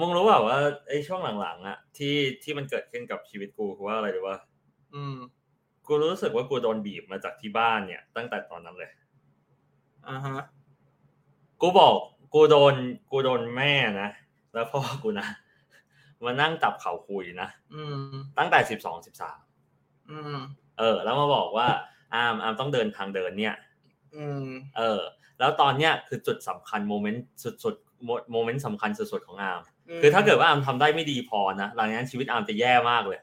Speaker 1: มึงรู้เปล่าว่าไอ้ช่วงหลังๆอะที่ที่มันเกิดขึ้นกับชีวิตกูคือว่าอะไรหรือว่า
Speaker 2: อืม
Speaker 1: กูรู้สึกว่ากูโดนบีบมาจากที่บ้านเนี่ย ตั้งแต่ตอนนั้นเลย
Speaker 2: อ่าฮะ
Speaker 1: กูบอกกูโดนกูโดนแม่นะ แล้วพ่อกูนะ มานั่งจับเข่าคุยนะ
Speaker 2: อืม
Speaker 1: ตั้งแต่สิบสองสิบสาม
Speaker 2: อืม
Speaker 1: เออ แล้วมาบอกว่าอามอามต้องเดินทางเดินเนี่ย
Speaker 2: อืม
Speaker 1: เออ แล้วตอนเนี้ยคือจุดสำคัญโมเมนต์สุดๆโมโมเมนต์สำคัญสุดๆของอามคือถ้าเกิดว่าอามทำได้ไม่ดีพอนะหลังจากนั้นชีวิตอามจะแย่มากเลย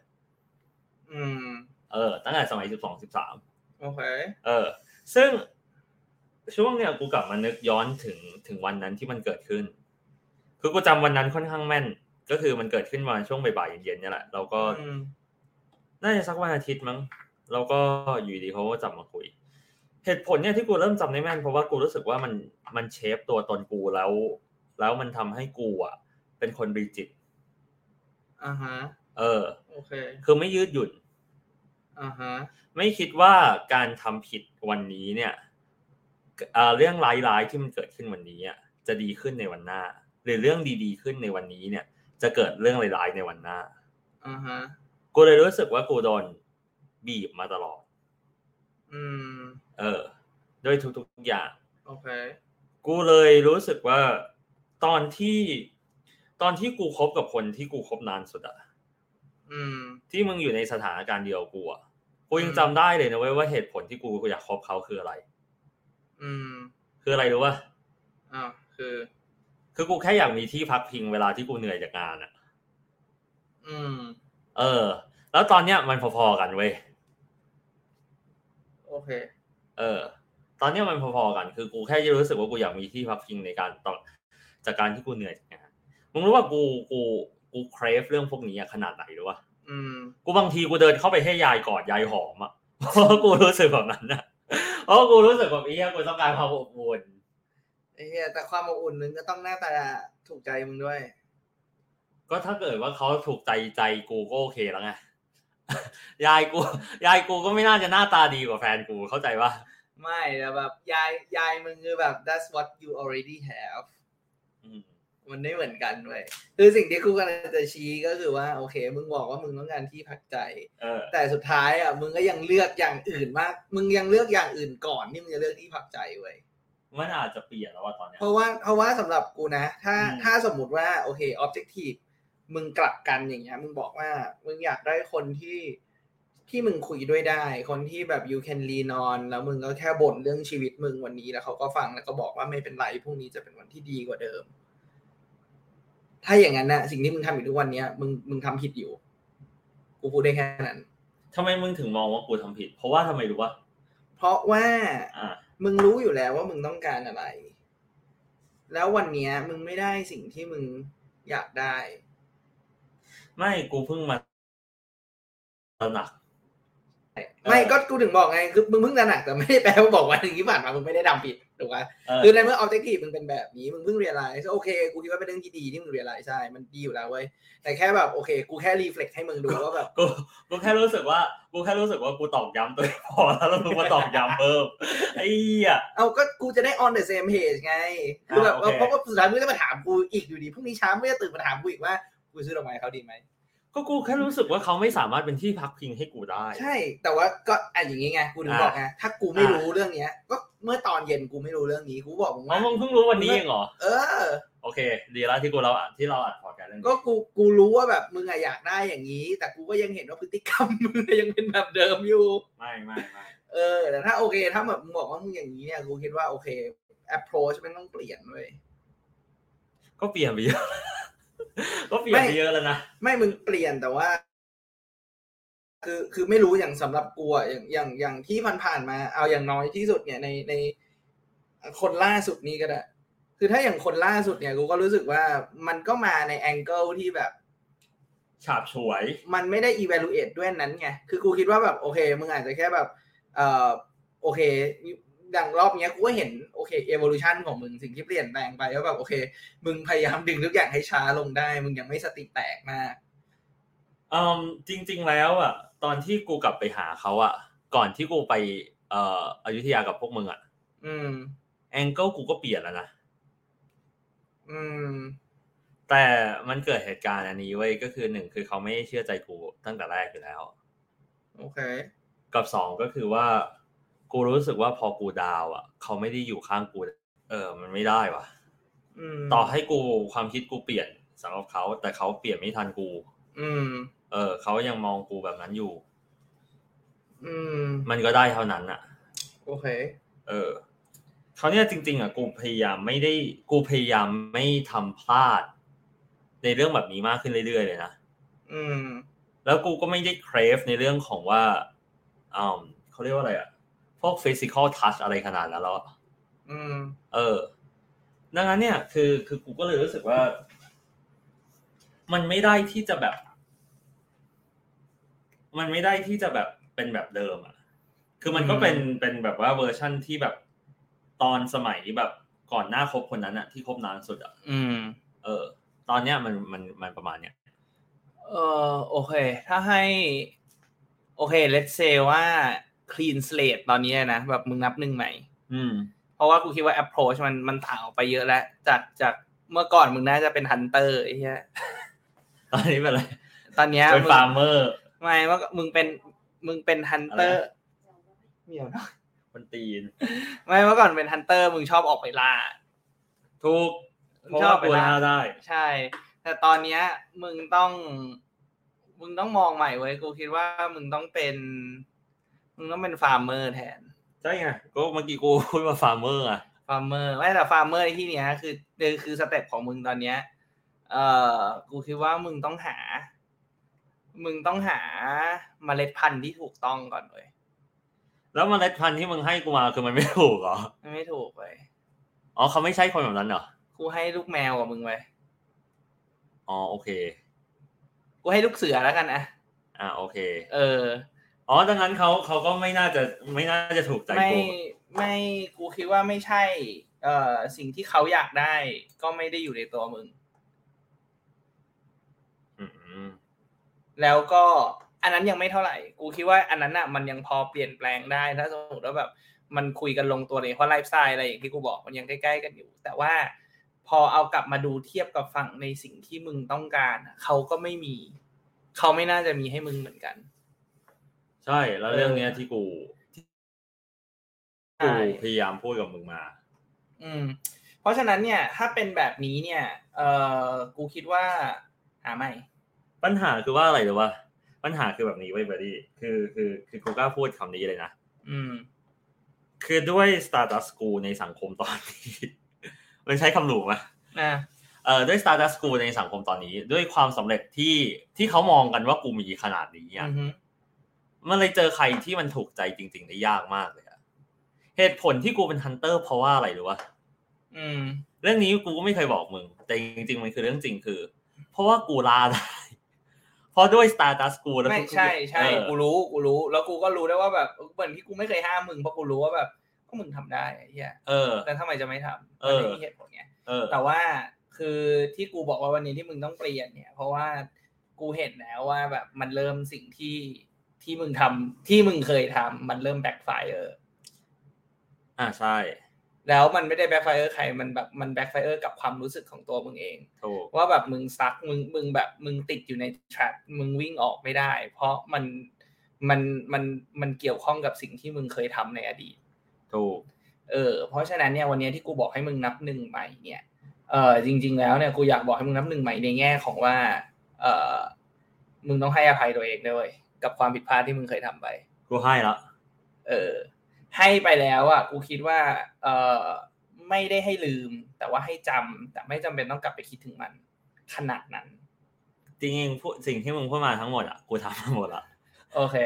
Speaker 2: อืม
Speaker 1: เออตั้งแต่สมัยสิบสองสิบสาม
Speaker 2: โอเค
Speaker 1: เออ ซึ่งช่วงเนี้ยกูกลับมานึกย้อนถึงถึงวันนั้นที่มันเกิดขึ้น คือกูจำวันนั้นค่อนข้างแม่น ก็คือมันเกิดขึ้นมาช่วงบ่ายๆเย็นๆเนี่ยแหละเราก็
Speaker 2: อืม
Speaker 1: น่าจะสักวันอาทิตย์มั้งแล้วก็อยู่ดีเขาก็จับมาคุย เหตุผลเนี่ยที่กูเริ่มจำได้แม่นเพราะว่ากูรู้สึกว่ามันมันเชฟตัวตนกูแล้ว แล้วมันทำให้กูอ่ะ เป็นคนรีจิต
Speaker 2: อ่าฮะ
Speaker 1: เออ
Speaker 2: โอเค
Speaker 1: คือไม่ยืดหยุ่น
Speaker 2: อ่าฮะ
Speaker 1: ไม่คิดว่าการทำผิดวันนี้เนี่ยเอ่อเรื่องร้ายๆที่มันเกิดขึ้นวันนี้อะจะดีขึ้นในวันหน้า หรือเรื่องดีๆขึ้นในวันนี้เนี่ย จะเกิดเรื่องร้ายๆในวันหน้า
Speaker 2: อ่าฮะ
Speaker 1: กูเลยรู้สึกว่ากูโดนบีบมาตลอด
Speaker 2: อืม
Speaker 1: เออ ด้วยทุกๆอย่าง
Speaker 2: โอเค
Speaker 1: กูเลยรู้สึกว่าตอนที่ตอนที่กูคบกับคนที่กูคบนานสุดอะ
Speaker 2: อืม
Speaker 1: ที่มึงอยู่ในสถานการณ์เดียวกูอะกูยังจำได้เลยนะเว้ยว่าเหตุผลที่กูอยากคบเขาคืออะไร
Speaker 2: อืม
Speaker 1: คืออะไรรู้ปะ
Speaker 2: อ้าว คือ
Speaker 1: คือกูแค่อยากมีที่พักพิงเวลาที่กูเหนื่อยจากงานอะ
Speaker 2: อืม
Speaker 1: เออ แล้วตอนเนี้ยมันพอๆกันเว้ย
Speaker 2: โอเค
Speaker 1: เออ ตอนเนี้ยมันพอๆกัน คือกูแค่รู้สึกว่ากูอยากมีที่พักพิงในการตอนจากการที่กูเหนื่อยจากงาน มึงรู้ว่ากูกูกูเครฟเรื่องพวกนี้อะขนาดไหนหรือวะ
Speaker 2: อืม
Speaker 1: กูบางทีกูเดินเข้าไปให้ยายกอดยายหอมอะเพราะกูรู้สึกแบบนั้นนะเพราะกูรู้สึกแบบเอี้ยกูต้องการความอบอุ่น
Speaker 2: ไอ้เหี้ยแต่ความอบอุ่นนึงก็ต้องหน้าตาถูกใจมึงด้วย
Speaker 1: ก็ถ้าเกิดว่าเขาถูกใจใจกูก็โอเคแล้วไง <laughs> ยายกู ยายกูก็ไม่น่าจะหน้าตาดีกว่าแฟนกูเข้าใจปะ
Speaker 2: ไม่แต่แบบยาย ยายมึงคือแบบ that's what you already have
Speaker 1: อืม
Speaker 2: มันไม่เหมือนกันเว้ยคือสิ่งที่กูกำลังจะชี้ก็คือว่า โอเค มึงบอกว่ามึงต้องการที่พักใจ
Speaker 1: เออ
Speaker 2: แต่สุดท้ายอ่ะมึงก็ยังเลือกอย่างอื่นมาก มึงยังเลือกอย่างอื่นก่อนที่มึงจะเลือกที่พักใจเว้ย
Speaker 1: มันอาจจะเปลี่ยนแล้วว่าตอนเนี้ย
Speaker 2: เพราะว่าเพราะว่าสำหรับกูนะ ถ้า
Speaker 1: อืม
Speaker 2: ถ้าสมมุติว่าโอเคออบเจกตีฟมึงกลับกันอย่างเงี้ยมึงบอกว่ามึงอยากได้คนที่ที่มึงคุยด้วยได้ คนที่แบบ you can lean on แล้วมึงก็แค่บ่นเรื่องชีวิตมึงวันนี้แล้วเขาก็ฟังแล้วก็บอกว่าไม่เป็นไรพรุ่งนี้จะเป็นวันที่ดีกว่าเดิม ถ้าอย่างนั้นนะสิ่งที่มึงทำอยู่ทุกวันเนี้ยมึงมึงทำผิดอยู่ กูพูดได้แค่นั้น
Speaker 1: ทำไมมึงถึงมองว่ากูทำผิด เพราะว่าทำไมรู้ปะ
Speaker 2: เพราะว่า
Speaker 1: อ่า
Speaker 2: มึงรู้อยู่แล้วว่ามึงต้องการอะไร แล้ววันเนี้ย มึงไม่ได้สิ่งที่มึงอยากได้
Speaker 1: ไม่กูเพิ่งมาตระหนัก
Speaker 2: ไม่ก็กูถึงบอกไง คือมึงเพิ่งตระหนักแต่ไม่ได้แปลว่าบอกว่าอย่างที่ผ่านมามึงไม่ได้ทำผิด ถูกปะ
Speaker 1: เออ
Speaker 2: คือในเมื่อออบเจกตีฟมึงเป็นแบบนี้มึงเพิ่งเรียนไลซ์โอเคกูคิดว่าเป็นเรื่องที่ดีที่มึงเรียนไลซ์ใช่มันดีอยู่แล้วเว้ยแต่แค่แบบโอเค กูแค่รีเฟล็กให้มึงดูว่าแบบ
Speaker 1: กูกูแค่รู้สึกว่ากูแค่รู้สึกว่ากูตอกย้ำตัวเองพอแล้วแล้วมึงมาตอกย้ำเพิ่ม <laughs> ไอ้เหี้ย
Speaker 2: เอาก็กูจะได้ on the same page ไง คือแบบ
Speaker 1: อ่าโอเค
Speaker 2: เพราะว่าสุดท้ายมึงจะมาถามกูอีกอยู่ดีพรุ่งนี้เช้ามึงจะตื่นมาถามกูอีกว่ากูซื้อดอกไม้เขาดีไหม
Speaker 1: ก็กูแค่รู้สึกว่าเขาไม่สามารถเป็นที่พักพิงให้กูได้
Speaker 2: ใช่ แต่ว่าก็อ่ะอย่างงี้ไง กูถึงบอกไงถ้ากูไม่
Speaker 1: อ่ารู้
Speaker 2: รู้เรื่องเนี้ย ก็เมื่อตอนเย็นกูไม่รู้เรื่องนี้ กูบอกมึง
Speaker 1: อ๋อ
Speaker 2: ว่า
Speaker 1: มึงเพิ่งรู้วันนี้เองเหรอ
Speaker 2: เออ
Speaker 1: โอเค ดีแล้วที่กูเราอ่านที่เราอ่านพอดแคสต์เรื่องนี้
Speaker 2: ก็กูกูรู้ว่าแบบมึงอะอยากได้อย่างนี้ แต่กูก็ยังเห็นว่าพฤติกรรม <laughs> มึงยังเป็นแบบเดิมอยู่
Speaker 1: ไม่ไม่ไม่
Speaker 2: เออ แต่ถ้าโอเค ถ้าแบบมึงบอกว่ามึงอย่างนี้เนี่ย กูคิดว่าโอเค approach มันต้องเปลี่ยนเว้ย
Speaker 1: ก็เปลี่ยนไปเยอะ <laughs> ก็เปลี่ยนไปเยอะแล้วนะ
Speaker 2: ไม่มึงเปลี่ยนแต่ว่า คือคือไม่รู้อย่างสำหรับกูอะอย่างอย่างอย่างที่ผ่านๆมา เอาอย่างน้อยที่สุดเนี่ยในในคนล่าสุดนี้ก็ได้คือถ้าอย่างคนล่าสุดเนี่ยกูก็รู้สึกว่ามันก็มาในแองเกิลที่แบบ
Speaker 1: ฉาบฉวย
Speaker 2: มันไม่ได้ evaluate ด้วยนั้นไง คือกูคิดว่าแบบโอเค มึงอาจจะแค่แบบ เอ่อ โอเค ดังรอบเนี้ยกูก็เห็นโอเค evolution ของมึงสิ่งที่เปลี่ยนแปลงไปว่าแบบโอเค มึงพยายามดึงทุกอย่างให้ช้าลงได้ มึงยังไม่สติแตกมาก
Speaker 1: อืมจริง ๆ แล้วอ่ะ ตอนที่กูกลับไปหาเขาอ่ะ ก่อนที่กูไปเอ่ออยุธยากับพวกมึงอ่ะ
Speaker 2: อืม
Speaker 1: แองเกิลกูก็เปลี่ยนแล้วนะ
Speaker 2: อืม
Speaker 1: แต่มันเกิดเหตุการณ์อันนี้เว้ยก็คือหนึ่งคือเขาไม่เชื่อใจกูตั้งแต่แรกอยู่แล้ว
Speaker 2: โอเค
Speaker 1: กับสองก็คือว่า กูรู้สึกว่าพอกูดาวอ่ะ เขาไม่ได้อยู่ข้างกู เออ มันไม่ได้ว่ะ
Speaker 2: อืม
Speaker 1: ต่อให้กูความคิดกูเปลี่ยนสำหรับเขา แต่เขาเปลี่ยนไม่ทันกู
Speaker 2: อืม
Speaker 1: เออเขายังมองกูแบบนั้นอยู่
Speaker 2: อืม
Speaker 1: มันก็ได้เท่านั้นอ่ะ
Speaker 2: โอเค
Speaker 1: เออเขาวเนี่ยจริง ๆอ่ะกูพยายามไม่ได้กูพยายามไม่ทำพลาด ในเรื่องแบบนี้มากขึ้นเรื่อยๆเลยนะ
Speaker 2: อืม
Speaker 1: แล้วกูก็ไม่ได้ crave ในเรื่องของว่าอ่าเขาเรียกว่าอะไรอ่ะ พวก physical touch อะไรขนาดนั้นแล้วอะ
Speaker 2: อืม
Speaker 1: เออ ดังนั้นเนี่ย คือคือกูก็เลยรู้สึกว่า มันไม่ได้ที่จะแบบ มันไม่ได้ที่จะแบบเป็นแบบเดิมอ่ะ คือมันก็เป็นเป็นแบบว่าเวอร์ชั่นที่แบบตอนสมัยแบบก่อนหน้าคบคนนั้นอะที่คบนานสุดอะ
Speaker 2: อืม
Speaker 1: เออ ตอนเนี้ยมันมันมันประมาณเนี้ย
Speaker 2: เออโอเค ถ้าให้ โอเค let's say ว่า clean slate ตอนนี้นะ แบบมึงนับหนึ่งใหม่
Speaker 1: อืม
Speaker 2: เพราะว่ากูคิดว่า approach มันมันต่างออกไปเยอะแล้ว จากจากเมื่อก่อนมึงน่าจะเป็น hunter ไอ้เหี้ย
Speaker 1: ตอนนี้เป็นอะไร
Speaker 2: ตอนเนี้ย
Speaker 1: เป็น
Speaker 2: มึง
Speaker 1: ฟาร์มเมอร์
Speaker 2: ไม่ว่ามึงเป็นมึงเป็น hunter
Speaker 1: อะไร
Speaker 2: เมียวนะ
Speaker 1: คนตีน
Speaker 2: ไม่เมื่อก่อนเป็น hunter มึงชอบออกไปล่า
Speaker 1: ถูกเพราะว่ากูล่าได้
Speaker 2: ใช่ แต่ตอนเนี้ยมึงต้อง มึงต้องมองใหม่เว้ย กูคิดว่ามึงต้องเป็น มึงต้องเป็นฟาร์มเมอร์แทน
Speaker 1: ใช่ไงก็เมื่อกี้กูพูดว่าฟาร์มเมอร์อะ
Speaker 2: ฟาร์มเมอร์ ไม่แต่ฟาร์มเมอร์ในที่เนี้ยคือคือคือสเต็ปของมึงตอนเนี้ย เอ่อ กูคิดว่ามึงต้องหา มึงต้องหาเมล็ดพันธุ์ที่ถูกต้องก่อนเว้ย
Speaker 1: แล้วเมล็ดพันธุ์ที่มึงให้กูมาคือมันไม่ถูกเหรอ
Speaker 2: มันไม่ถูกเว้ย
Speaker 1: อ๋อเขาไม่ใช่คนแบบนั้นเหรอ
Speaker 2: กูให้ลูกแมวกับมึงไว้ย
Speaker 1: อ๋อโอเค
Speaker 2: กูให้ลูกเสือแล้วกันอะ
Speaker 1: อ่าโอเค
Speaker 2: เออ
Speaker 1: อ๋อดังนั้นเขาเขาก็ไม่น่าจะไม่น่าจะถูกใจ
Speaker 2: ไม่
Speaker 1: กู
Speaker 2: ไม่กูคิดว่าไม่ใช่ เอ่อสิ่งที่เขาอยากได้ ก็ไม่ได้อยู่ในตัวมึง
Speaker 1: อืม
Speaker 2: แล้วก็อันนั้นยังไม่เท่าไหร่ กูคิดว่าอันนั้นอ่ะมันยังพอเปลี่ยนแปลงได้ถ้าสมมติว่าแบบมันคุยกันลงตัวเลยเพราะไลฟ์สไตล์อะไรอย่างที่กูบอกมันยังใกล้ๆกันอยู่ แต่ว่าพอเอากลับมาดูเทียบกับฝั่งในสิ่งที่มึงต้องการอะเขาก็ไม่มี เขาไม่น่าจะมีให้มึงเหมือนกัน
Speaker 1: ใช่แล้วเรื่องเนี้ยที่กู
Speaker 2: ใช่
Speaker 1: กูพยายามพูดกับมึงมา
Speaker 2: อืม เพราะฉะนั้นเนี่ย ถ้าเป็นแบบนี้เนี่ยเออกูคิดว่าหาไม่
Speaker 1: ปัญหาคือว่าอะไรหรือว่า ปัญหาคือแบบนี้ไว้ยเบอร์ดี้คือคือคือกูกล้าพูดคำนี้เลยนะ
Speaker 2: อืม
Speaker 1: คือด้วย Stardust School ในสังคมตอนนี้ <laughs> มันใช้คำหลูกไหม
Speaker 2: นะ
Speaker 1: เอ่อด้วย Stardust School ในสังคมตอนนี้ ด้วยความสำเร็จที่ที่เขามองกันว่ากูมีขนาดนี้
Speaker 2: อื
Speaker 1: อะ
Speaker 2: อฮึ
Speaker 1: มันเลยเจอใครที่มันถูกใจจริง ๆ ได้ยากมากเลยอะเหตุผลที่กูเป็นฮันเตอร์เพราะว่าอะไรรู้วะ
Speaker 2: อืม
Speaker 1: เรื่องนี้กูก็ไม่เคยบอกมึง แต่จริง ๆ มันคือเรื่องจริงคือ เพราะว่ากูลาได้ เพราะด้วยสตาร์ดัสกูแล้ว
Speaker 2: ไม่
Speaker 1: ทุกๆ
Speaker 2: ใช่ใช่
Speaker 1: เออ
Speaker 2: กูรู้กูรู้ แล้วกูก็รู้ได้ว่าแบบเหมือนที่กูไม่เคยห้ามมึงเพราะกูรู้ว่าแบบ ก็มึงทำได้ไอ้เฮีย
Speaker 1: เออ
Speaker 2: แต่ทำไมจะไม่ทำ
Speaker 1: เอ
Speaker 2: มัน
Speaker 1: อ
Speaker 2: ไม่มีเหตุผลไง
Speaker 1: เออ
Speaker 2: แต่ว่าคือที่กูบอกว่าวันนี้ที่มึงต้องเปลี่ยนเนี่ย เพราะว่ากูเห็นแล้วว่าแบบมันเริ่มสิ่งที่ที่มึงทำที่มึงเคยทำมันเริ่มแบ็คไฟเออร์
Speaker 1: อ่าใช่
Speaker 2: แล้วมันไม่ได้แบ็คไฟเออร์ใครมันแบบมันแบ็คไฟเออร์กับความรู้สึกของตัวมึงเอง
Speaker 1: ถูก
Speaker 2: ว่าแบบมึงซักมึงมึงแบบมึงติดอยู่ใน trap มึงวิ่งออกไม่ได้ เพราะมันมันมันมันเกี่ยวข้องกับสิ่งที่มึงเคยทำในอดีต
Speaker 1: ถูก
Speaker 2: เออเพราะฉะนั้นเนี่ยวันเนี้ยที่กูบอกให้มึงนับหนึ่งใหม่เนี่ยเออจริง ๆ แล้วเนี่ยกูอยากบอกให้มึงนับหนึ่งใหม่ในแง่ของว่าเออมึงต้องให้อภัยตัวเองด้วยกับความผิดพลาดที่มึงเคยทำไป
Speaker 1: กูให้ละ
Speaker 2: เออ ให้ไปแล้วอ่ะกูคิดว่าเออไม่ได้ให้ลืม แต่ว่าให้จำแต่ไม่จำเป็นต้องกลับไปคิดถึงมัน ขนาดนั้น
Speaker 1: จริงๆพูดสิ่งที่มึงพูดมาทั้งหมดอ่ะกูทำมาหมดละ
Speaker 2: โอเค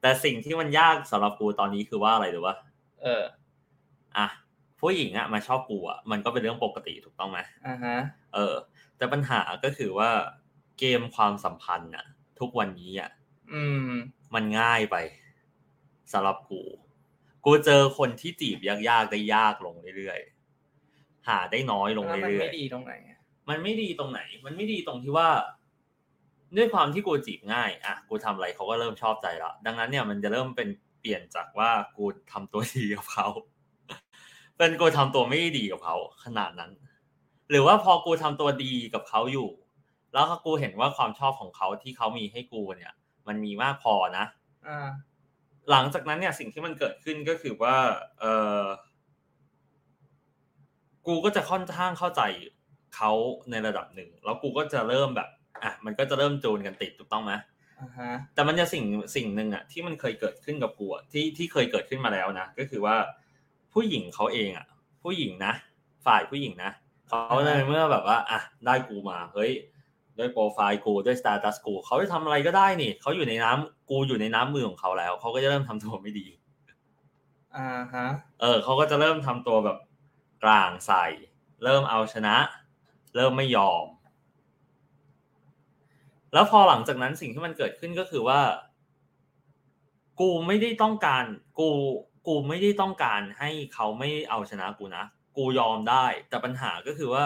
Speaker 1: แต่สิ่งที่มันยากสำหรับกูตอนนี้คือว่าอะไรหรือว่า
Speaker 2: เออ
Speaker 1: อ่ะผู้หญิงอ่ะมาชอบกูอ่ะมันก็เป็นเรื่องปกติถูกต้องไหม
Speaker 2: อ่าฮะ
Speaker 1: เออ แต่ปัญหาก็คือว่าเกมความสัมพันธ์อ่ะ ทุกวันนี้อ่ะ
Speaker 2: อืม
Speaker 1: มันง่ายไปสำหรับกู กูเจอคนที่จีบยากๆได้ยากลงเรื่อยๆ หาได้น้อยลง
Speaker 2: แล้วมั
Speaker 1: เรื่อย
Speaker 2: ไม่ดีตรงไหนอะ
Speaker 1: ๆ มันไม่ดีตรงไหน มันไม่ดีตรงที่ว่า ด้วยความที่กูจีบง่าย อ่ะ กูทำอะไรเขาก็เริ่มชอบใจละ ดังนั้นเนี่ยมันจะเริ่มเป็นเปลี่ยนจากว่ากูทำตัวดีกับเขา <laughs> เป็นกูทำตัวไม่ดีกับเขาขนาดนั้น หรือว่าพอกูทำตัวดีกับเขาอยู่ แล้วกูเห็นว่าความชอบของเขาที่เขามีให้กูเนี่ย มันมีมากพอนะ
Speaker 2: อ่า
Speaker 1: หลังจากนั้นเนี่ยสิ่งที่มันเกิดขึ้นก็คือว่า เออกูก็จะค่อนข้างเข้าใจเขาในระดับหนึ่ง แล้วกูก็จะเริ่มแบบ อ่ะ มันก็จะเริ่มจูนกันติดถูกต้องไหม
Speaker 2: อ่าฮะ
Speaker 1: แต่มันจะสิ่งสิ่งหนึ่งอ่ะที่มันเคยเกิดขึ้นกับกูอะที่ที่เคยเกิดขึ้นมาแล้วนะก็คือว่า ผู้หญิงเขาเองอ่ะ ผู้หญิงนะฝ่ายผู้หญิงนะเขาในเมื่อแบบว่า อ่ะได้กูมาเฮ้ยด้วยโปรไฟล์กูด้วยสตาตัสกูเขาจะทำอะไรก็ได้นี่เขาอยู่ในน้ำกูอยู่ในน้ำมือของเขาแล้วเขาก็จะเริ่มทำตัวไม่ดี
Speaker 2: อ่าฮะ
Speaker 1: เออเขาก็จะเริ่มทำตัวแบบกลางใส่ เริ่มเอาชนะ เริ่มไม่ยอม แล้วพอหลังจากนั้นสิ่งที่มันเกิดขึ้นก็คือว่า กูไม่ได้ต้องการ กูกูไม่ได้ต้องการให้เขาไม่เอาชนะกูนะกูยอมได้ แต่ปัญหาก็คือว่า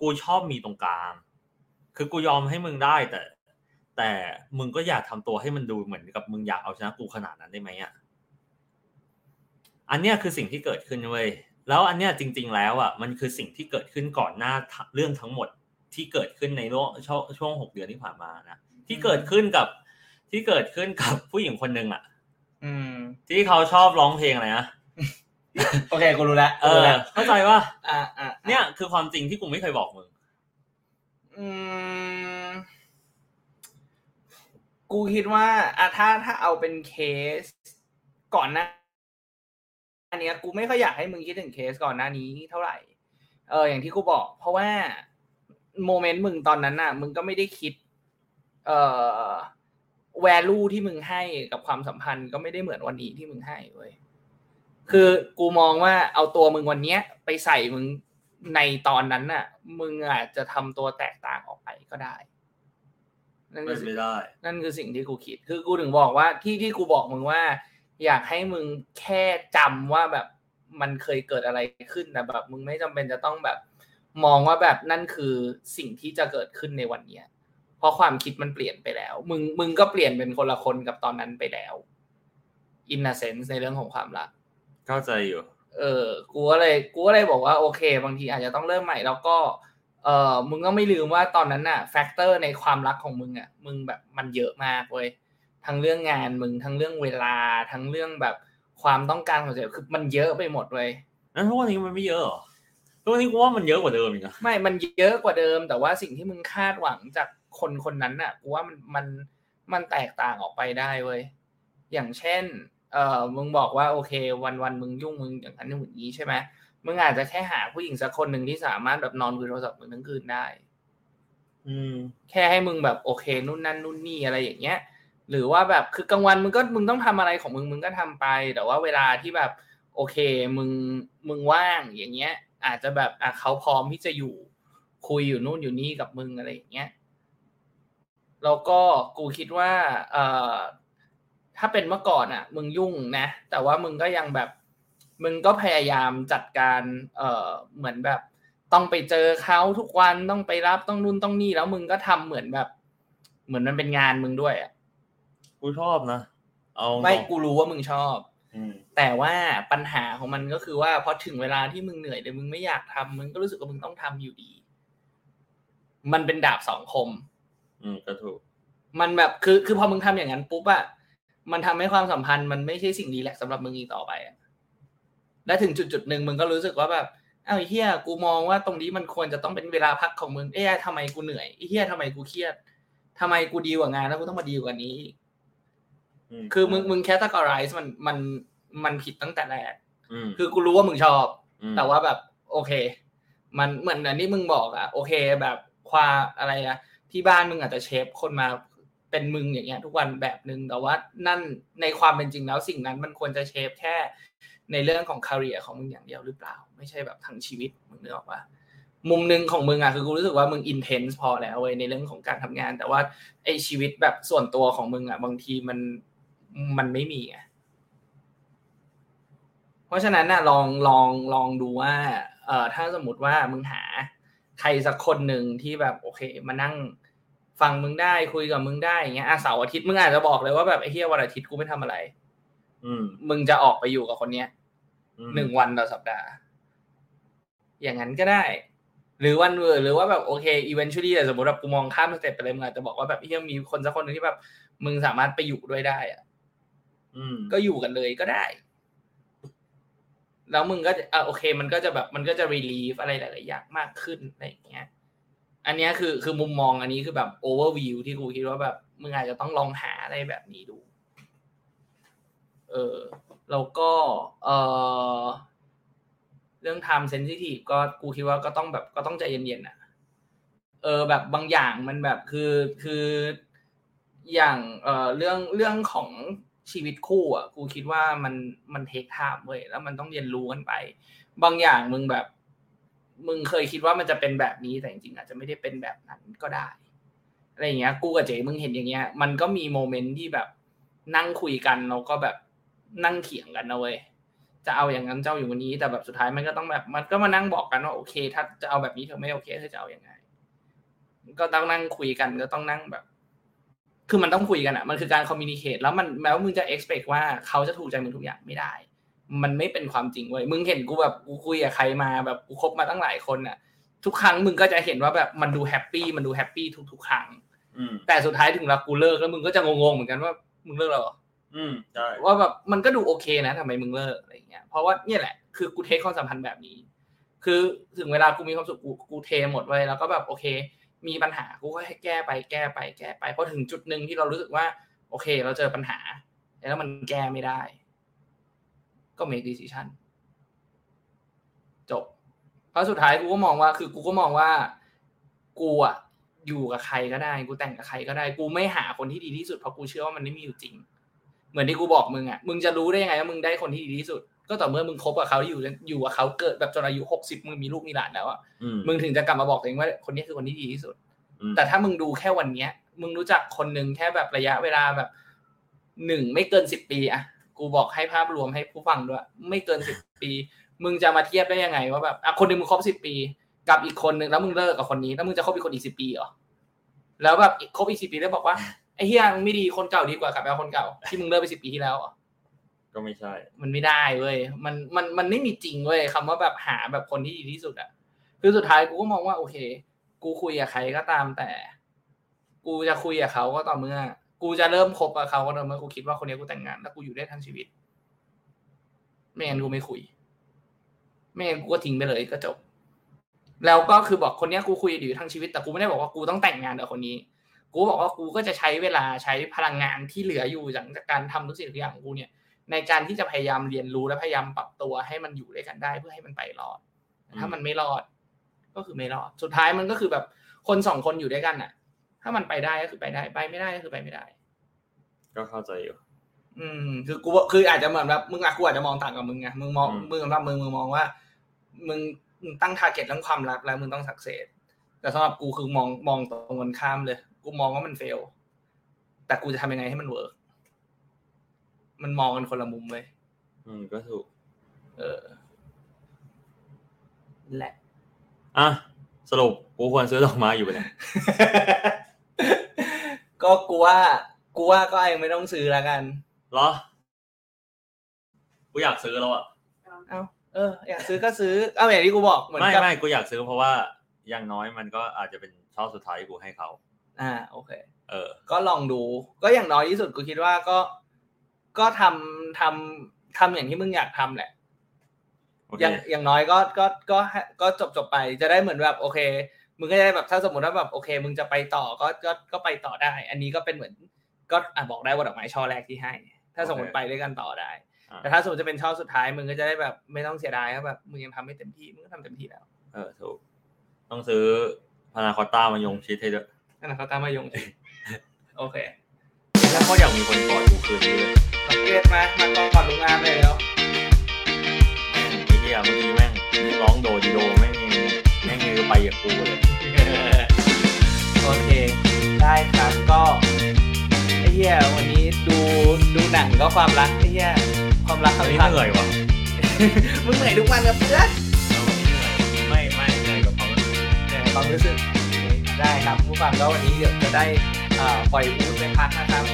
Speaker 1: กูชอบมีตรงกลางคือกูยอมให้มึงได้แต่ แต่มึงก็อย่าทำตัวให้มันดูเหมือนกับมึงอยากเอาชนะกูขนาดนั้นได้ไหมอะ อันเนี้ยคือสิ่งที่เกิดขึ้นเว้ย แล้วอันเนี้ยจริง ๆ แล้วอ่ะมันคือสิ่งที่เกิดขึ้นก่อนหน้าทะเรื่องทั้งหมดที่เกิดขึ้นในโลกช่วงช่วงหกเดือนที่ผ่านมานะที่เกิดขึ้นกับที่เกิดขึ้นกับผู้หญิงคนหนึ่งอ่ะ
Speaker 2: อืม
Speaker 1: ที่เขาชอบร้องเพลงอะไรนะ
Speaker 2: โอเค กูรู้แล้ว
Speaker 1: เอ
Speaker 2: กูรู้
Speaker 1: อ
Speaker 2: แล้ว
Speaker 1: เข้าใจว่า
Speaker 2: อ่าอ่าอ่า
Speaker 1: เนี่ยคือความจริงที่กูไม่เคยบอกมึง
Speaker 2: อืม กูคิดว่าอะถ้าถ้าเอาเป็นเคสก่อนหน้าอันเนี้ยกูไม่ค่อยอยากให้มึงคิดถึงเคสก่อนหน้านี้เท่าไหร่ เออ อย่างที่กูบอก เพราะว่าโมเมนต์มึงตอนนั้นน่ะ มึงก็ไม่ได้คิด เอ่อ แวลูที่มึงให้กับความสัมพันธ์ก็ไม่ได้เหมือนวันนี้ที่มึงให้เว้ย คือกูมองว่าเอาตัวมึงวันเนี้ย ไปใส่มึงในตอนนั้นน่ะ มึงอาจจะทำตัวแตกต่างออกไปก็ได้ นั่น
Speaker 1: เป็
Speaker 2: คือน สิ่ง
Speaker 1: ไม่ได้
Speaker 2: นั่นคือสิ่งที่กูคิด คือกูถึงบอกว่าที่ที่กูบอกมึงว่า อยากให้มึงแค่จำว่าแบบมันเคยเกิดอะไรขึ้นนะแบบ มึงไม่จำเป็นจะต้องแบบ มองว่าแบบนั่นคือสิ่งที่จะเกิดขึ้นในวันเนี้ย เพราะความคิดมันเปลี่ยนไปแล้ว มึงมึงก็เปลี่ยนเป็นคนละคนกับตอนนั้นไปแล้วอินนเซนส์ในเรื่องของความรัก
Speaker 1: เข้าใจอยู่
Speaker 2: เออ กูก็เลย กูก็เลยบอกว่าโอเค บางทีอาจจะต้องเริ่มใหม่แล้วก็ เออมึงก็ไม่ลืมว่าตอนนั้นน่ะ แฟกเตอร์ในความรักของมึงอ่ะ มึงแบบมันเยอะมากเว้ย ทั้งเรื่องงานมึง ทั้งเรื่องเวลา ทั้งเรื่องแบบความต้องการของเธอคือมันเยอะไปหมดเว้ย
Speaker 1: นั้นทุกวันนี้มันไม่เยอะหรอทุกวันนี้กูว่ามันเยอะกว่าเดิมอีกนะ
Speaker 2: <laughs> ไม่ มันเยอะกว่าเดิม แต่ว่าสิ่งที่มึงคาดหวังจากคนคนนั้นน่ะ กูว่ามัน มัน มันแตกต่างออกไปได้เว้ย อย่างเช่น เออมึงบอกว่าโอเค วันวันมึงยุ่งมึงอย่างนั้นอย่างนี้ใช่ไหมมึงอาจจะแค่หาผู้หญิงสักคนหนึ่งที่สามารถแบบนอนคุยโทรศัพท์มึงทั้งคืนได้
Speaker 1: อืม
Speaker 2: แค่ให้มึงแบบโอเคนู่นนั่นนู่นนี่อะไรอย่างเงี้ย หรือว่าแบบคือกลางวันมึงก็มึงต้องทำอะไรของมึงมึงก็ทำไป แต่ว่าเวลาที่แบบโอเคมึงมึงว่างอย่างเงี้ย อาจจะแบบอ่ะเขาพร้อมที่จะอยู่คุยอยู่นู่นอยู่นี่กับมึงอะไรอย่างเงี้ยแล้วก็กูคิดว่าเอ่อถ้าเป็นเมื่อก่อนอ่ะ มึงยุ่งนะ แต่ว่ามึงก็ยังแบบ มึงก็พยายามจัดการ เอ่อ เหมือนแบบ ต้องไปเจอเขาทุกวันต้องไปรับต้องนู่นต้องนี่แล้วมึงก็ทำเหมือนแบบ เหมือนมันเป็นงานมึงด้วยอะ
Speaker 1: กูชอบนะ เอา
Speaker 2: ไม่
Speaker 1: ตรง
Speaker 2: กูรู้ว่ามึงชอบ
Speaker 1: อืม
Speaker 2: แต่ว่าปัญหาของมันก็คือว่าพอถึงเวลาที่มึงเหนื่อยเลยมึงไม่อยากทำมึงก็รู้สึกว่ามึงต้องทำอยู่ดี มันเป็นดาบสองคม
Speaker 1: อืมก็ถูก
Speaker 2: มันแบบคือคือพอมึงทำอย่างนั้นปุ๊บอะมันทำให้ความสัมพันธ์มันไม่ใช่สิ่งดีแลกซ์สำหรับมึงอีกต่อไปอะและถึงจุดจุดๆหนึ่งมึงก็รู้สึกว่าแบบเอ้าวไอ้เฮียกูมองว่าตรงนี้มันควรจะต้องเป็นเวลาพักของมึงเอ้ยทำไมกูเหนื่อยไอ้เฮียทำไมกูเครียดทำไมกูดีกว่างานแล้วกูต้องมาดีกว่านี้อีกคือมึงมึงแคตตากรายมันมันมันผิดตั้งแต่แรก
Speaker 1: อืม
Speaker 2: คือกูรู้ว่ามึงชอบ
Speaker 1: ม
Speaker 2: แต่ว่าแบบโอเค มันเหมือนอันที่มึงบอกอะโอเคแบบความอะไรอะที่บ้านมึงอาจจะเชฟคนมาเป็นมึงอย่างเงี้ย ทุกวันแบบนึงแต่ว่านั่นในความเป็นจริงแล้วสิ่งนั้นมันควรจะเชฟแค่ ในเรื่องของคาเรียของมึงอย่างเดียวหรือเปล่า ไม่ใช่แบบทั้งชีวิตมึงนึกออกปะมุมหนึ่งของมึงอะคือกูรู้สึกว่ามึงอินเทนส์พอแล้วเว้ยในเรื่องของการทำงาน แต่ว่าไอชีวิตแบบส่วนตัวของมึงอะบางทีมันมันไม่มีไง เพราะฉะนั้นน่ะลองลองลองดูว่าเอ่อถ้าสมมติว่ามึงหาใครสักคนหนึ่งที่แบบโอเค มานั่งฟังมึงได้คุยกับมึงได้อย่างเงี้ยอ่ะเสาร์อาทิตย์มึงอาจจะบอกเลยว่าแบบไอ้เฮียวันอาทิตย์กูไม่ทำอะไร
Speaker 1: อืม
Speaker 2: มึงจะออกไปอยู่กับคนเนี้ย
Speaker 1: อืม
Speaker 2: หนึ่งวันต่อสัปดาห์ อย่างนั้นก็ได้ หรือวันเวอร์หรือว่าแบบโอเคอีเวนต์ชุดีสมมติแบบกูมองข้ามสเต็ปไปเลยมึงอาจจะบอกว่าแบบเฮียมีคนสักคนหนึ่งที่แบบมึงสามารถไปอยู่ด้วยได้อะ
Speaker 1: อืม
Speaker 2: ก็อยู่กันเลยก็ได้ แล้วมึงก็จะอ่ะโอเค มันก็จะแบบ มันก็จะรีลีฟอะไรหลาย ๆ อย่างมากขึ้นอะไรอย่างเงี้ย อันเนี้ยคือคือมุมมองอันนี้คือแบบโอเวอร์วิวที่กูคิดว่าแบบมึงอาจจะต้องลองหาอะไรแบบนี้ดู เออ แล้วก็ เออเรื่อง time sensitive ก็กูคิดว่าก็ต้องแบบก็ต้องใจเย็น ๆ อ่ะ เออ แบบบางอย่างมันแบบคือคืออย่างเออเรื่องเรื่องของชีวิตคู่อ่ะ กูคิดว่ามันมันเทคไทม์เว้ยแล้วมันต้องเรียนรู้กันไป บางอย่างมึงแบบ มึงเคยคิดว่ามันจะเป็นแบบนี้แต่จริงๆอาจจะไม่ได้เป็นแบบนั้นก็ได้อะไรอย่างเงี้ย กูกับเจ๊มึงเห็นอย่างเงี้ย มันก็มีโมเมนต์ที่แบบนั่งคุยกันแล้วก็แบบนั่งเถียงกันนะเว้ยจะเอาอย่างนั้นเจ้าอยู่วันนี้ แต่แบบสุดท้ายมันก็ต้องแบบ มันก็มานั่งบอกกันว่าโอเค ถ้าจะเอาแบบนี้เธอไม่โอเคเธอจะเอาอย่างไง ก็ต้องนั่งคุยกันก็ต้องนั่งแบบ คือมันต้องคุยกันอะมันคือการคอมมิวนิเคตแล้วมันแม้ว่ามึงจะ expect ว่าเขาจะถูกใจมึงทุกอย่างไม่ได้ มันไม่เป็นความจริงเว้ย มึงเห็นกูแบบกูคุยกับใครมาแบบกูคบมาตั้งหลายคนอะทุกครั้งมึงก็จะเห็นว่าแบบมันดูแฮปปี้มันดูแฮปปี้ทุกๆครั้ง
Speaker 1: อืม
Speaker 2: แต่สุดท้ายถึงเรากูเลิกแล้วมึงก็จะงงๆเหมือนกันว่ามึงเลิกแล้วเหรอ
Speaker 1: อืมใช่
Speaker 2: ว่าแบบมันก็ดูโอเคนะทำไมมึงเลิกอะไรอย่างเงี้ยเพราะว่าเนี่ยแหละคือกูเทคความสัมพันธ์แบบนี้ คือถึงเวลากูมีความสุขกูกูเทหมดไว้ยแล้วก็แบบโอเค มีปัญหากูก็ให้แก้ไปแก้ไปแก้ไปเพราะถึงจุดหนึ่งที่เรารู้สึกว่า โอเค เราเจอปัญหา แล้วมันแก้ไม่ได้ ก็ make decision จบ เพราะสุดท้ายกูก็มองว่า คือกูก็มองว่า กูอะอยู่กับใครก็ได้ กูแต่งกับใครก็ได้ กูไม่หาคนที่ดีที่สุดเพราะกูเชื่อว่ามันไม่มีอยู่จริง เหมือนที่กูบอกมึงอะมึงจะรู้ได้ยังไงว่ามึงได้คนที่ดีที่สุด ก็ต่อเมื่อมึงคบกับเขาอยู่อยู่กับเขาเกิดแบบจนอายุหกสิบมึงมีลูกมีหลานแล้วอะ
Speaker 1: อืม
Speaker 2: มึงถึงจะกลับมาบอกตัวเองว่าคนนี้คือคนที่ดีที่สุด
Speaker 1: อืม
Speaker 2: แต่ถ้ามึงดูแค่วันเนี้ย มึงรู้จักคนหนึ่งแค่แบบระยะเวลาแบบหนึ่งไม่เกินสิบปีอะกูบอกให้ภาพรวมให้ผู้ฟังด้วย ไม่เกินสิบปี มึงจะมาเทียบได้ยังไงว่าแบบอ่ะคนหนึ่งมึงคบสิบปี กับอีกคนหนึ่งแล้วมึงเลิกกับคนนี้แล้วมึงจะคบอีกคนอีกสิบปีเหรอแล้วแบบอีกคบอีกสิบปีแล้วบอกว่าไอ้เฮียมึงไม่ดีคนเก่าดีกว่ากลับไปเอาคนเก่าที่มึงเลิกไปสิบปีที่แล้วเหรอ
Speaker 1: ก็ไม่ใช่
Speaker 2: มันไม่ได้เว้ย มัน มัน มันไม่มีจริงเว้ยคำว่าแบบหาแบบคนที่ดีที่สุดอะคือสุดท้ายกูก็มองว่าโอเค กูคุยกับใครก็ตามแต่ กูจะคุยกับเขาก็ต่อเมื่อ กูจะเริ่มคบกับเขาก็ต่อเมื่อกูคิดว่าคนนี้กูแต่งงานแล้วกูอยู่ได้ทั้งชีวิต ไม่งั้นกูไม่คุย ไม่งั้นกูก็ทิ้งไปเลยก็จบ แล้วก็คือบอกคนเนี้ยกูคุยอยู่ทั้งชีวิต แต่กูไม่ได้บอกว่ากูต้องแต่งงานกับคนนี้ กูบอกว่ากูก็จะใช้เวลาใช้พลังงานที่เหลืออยู่หลังจากการทำทุกสิ่งทุกอย่างของกูเนี่ย ในการที่จะพยายามเรียนรู้และพยายามปรับตัวให้มันอยู่ด้วยกันได้เพื่อให้มันไปรอด
Speaker 1: อืม
Speaker 2: ถ้ามันไม่รอด ก็คือไม่รอด สุดท้ายมันก็คือแบบคนสองคนอยู่ด้วยกันอ่ะ ถ้ามันไปได้ก็คือไปได้ ไปไม่ได้ก็คือไปไม่ได้
Speaker 1: ก็เข้าใจอยู่
Speaker 2: อืม คือกูว่าคืออาจจะเหมือนแบบมึงอะกูอาจจะมองต่างกับมึงไง มึงมอง
Speaker 1: อืม
Speaker 2: มึงสำหรับมึงมึงมองว่า มึงมึงตั้งทาร์เก็ตเรื่องความรักแล้วมึงต้องสักเซสแต่สำหรับกูคือมองมองตรงกันข้ามเลย กูมองว่ามันเฟล แต่กูจะทำยังไงให้มันเวิร์กมันมองกันคนละมุมเลย
Speaker 1: อืมก็ถูก
Speaker 2: เออนั่นแหละ <laughs>
Speaker 1: อ่ะสรุปกูควรซื้อดอกไม้อยู่ไปะเนี่ย
Speaker 2: ก็กูว่ากูว่าก็ยังไม่ต้องซื้อแล้วกัน
Speaker 1: เหรอกูอยากซื้อแล้วอ่ะ
Speaker 2: เอออยากซื้อก็ซื้อเอาอย่างที่กูบอกเหมือน
Speaker 1: ไม่
Speaker 2: กับ
Speaker 1: ไม่กูอยากซื้อเพราะว่าอย่างน้อยมันก็อาจจะเป็นช่อสุดท้ายที่กูให้เขา
Speaker 2: อ่าโอเค
Speaker 1: เออ
Speaker 2: ก็ลองดู ก็อย่างน้อยที่สุดกูคิดว่าก็ก็ทำทำทำอย่างที่มึงอยากทำแหละ
Speaker 1: โอเค
Speaker 2: อย่างอย่างน้อยก็ก็ก็ให้ก็จบจบไปจะได้เหมือนแบบโอเค มึงก็จะได้แบบถ้าสมมติว่าแบบโอเค มึงจะไปต่อก็ก็ก็ไปต่อได้ อันนี้ก็เป็นเหมือน ก็อ่ะบอกได้ว่าดอกไม้ช่อแรกที่ให้ ถ้าสมมติ
Speaker 1: โอเค
Speaker 2: ไปด้วยกันต่อได้
Speaker 1: อ่า
Speaker 2: แต่ถ้าสมมติจะเป็นช่อสุดท้ายมึงก็จะได้แบบไม่ต้องเสียดายครับแบบมึงยังทำไม่เต็มที่มึงก็ทำเต็มที่แล้ว
Speaker 1: เออถูกต้องซื้อพานาคอตต้ามายงชิดให้ด้วย
Speaker 2: นั่นแหละเขาตามมายงจริงโอเค
Speaker 1: แล้วก็อยากมีคนกอดกูคืนนี้เลย
Speaker 2: มาเรียกมามากองก่อนลุงงานเลยแล้ว
Speaker 1: ไอ้เหี้ยเมื่อกี้แม่งร้องโดดีโดแม่งยังแม่งยังไปอยากบกูเลย
Speaker 2: <laughs> โอเค ได้ครับก็ไอ้เหี้ยวันนี้ดูดูหนังก็ความรักไอ้เหี้ยความรัก
Speaker 1: อัน
Speaker 2: คำ
Speaker 1: นี้
Speaker 2: พัง
Speaker 1: เหนื่อยว่ะ
Speaker 2: มึงเหนื่อยทุกวันกับเพื่อน
Speaker 1: ไม่ไม่เหนื่อยกับเขาแล้ว
Speaker 2: เหนื่อยความรู้สึกได้ครับผู้ฟังก็วันนี้เดี๋ยวจะได้เอ่อปล่อยมูดไปพักนะครับ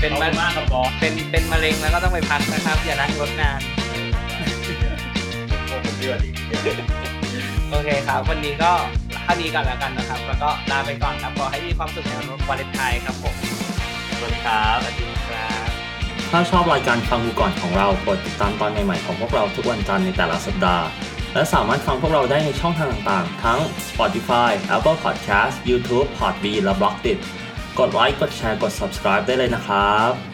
Speaker 2: เป็น
Speaker 1: ขอบ
Speaker 2: มะ
Speaker 1: คุณมากครับบอส
Speaker 2: เป็นเป็นมะเร็งแล้วก็ต้องไปพักนะครับ อย่านั่งรถนาน
Speaker 1: โอ้โหเดือดอีก
Speaker 2: โอเคครับ วันนี้ก็เท่านี้ก่อนแล้วกันนะครับ แล้วก็ลาไปก่อนครับขอให้มีความสุขในวันวาเลนไทน์ครับผม
Speaker 1: สวัสดีครับ
Speaker 2: สวัสดีครับ
Speaker 1: ถ้าชอบรายการฟังกูก่อนของเรากดติดตามตอนใหม่ๆของพวกเราทุกวันจันทร์ในแต่ละสัปดาห์ และสามารถฟังพวกเราได้ในช่องทางต่างๆ ทั้ง Spotify, Apple Podcast, YouTube, Podbean และ b l o g d i t กดไลค์กดแชร์กด subscribe ได้เลยนะครับ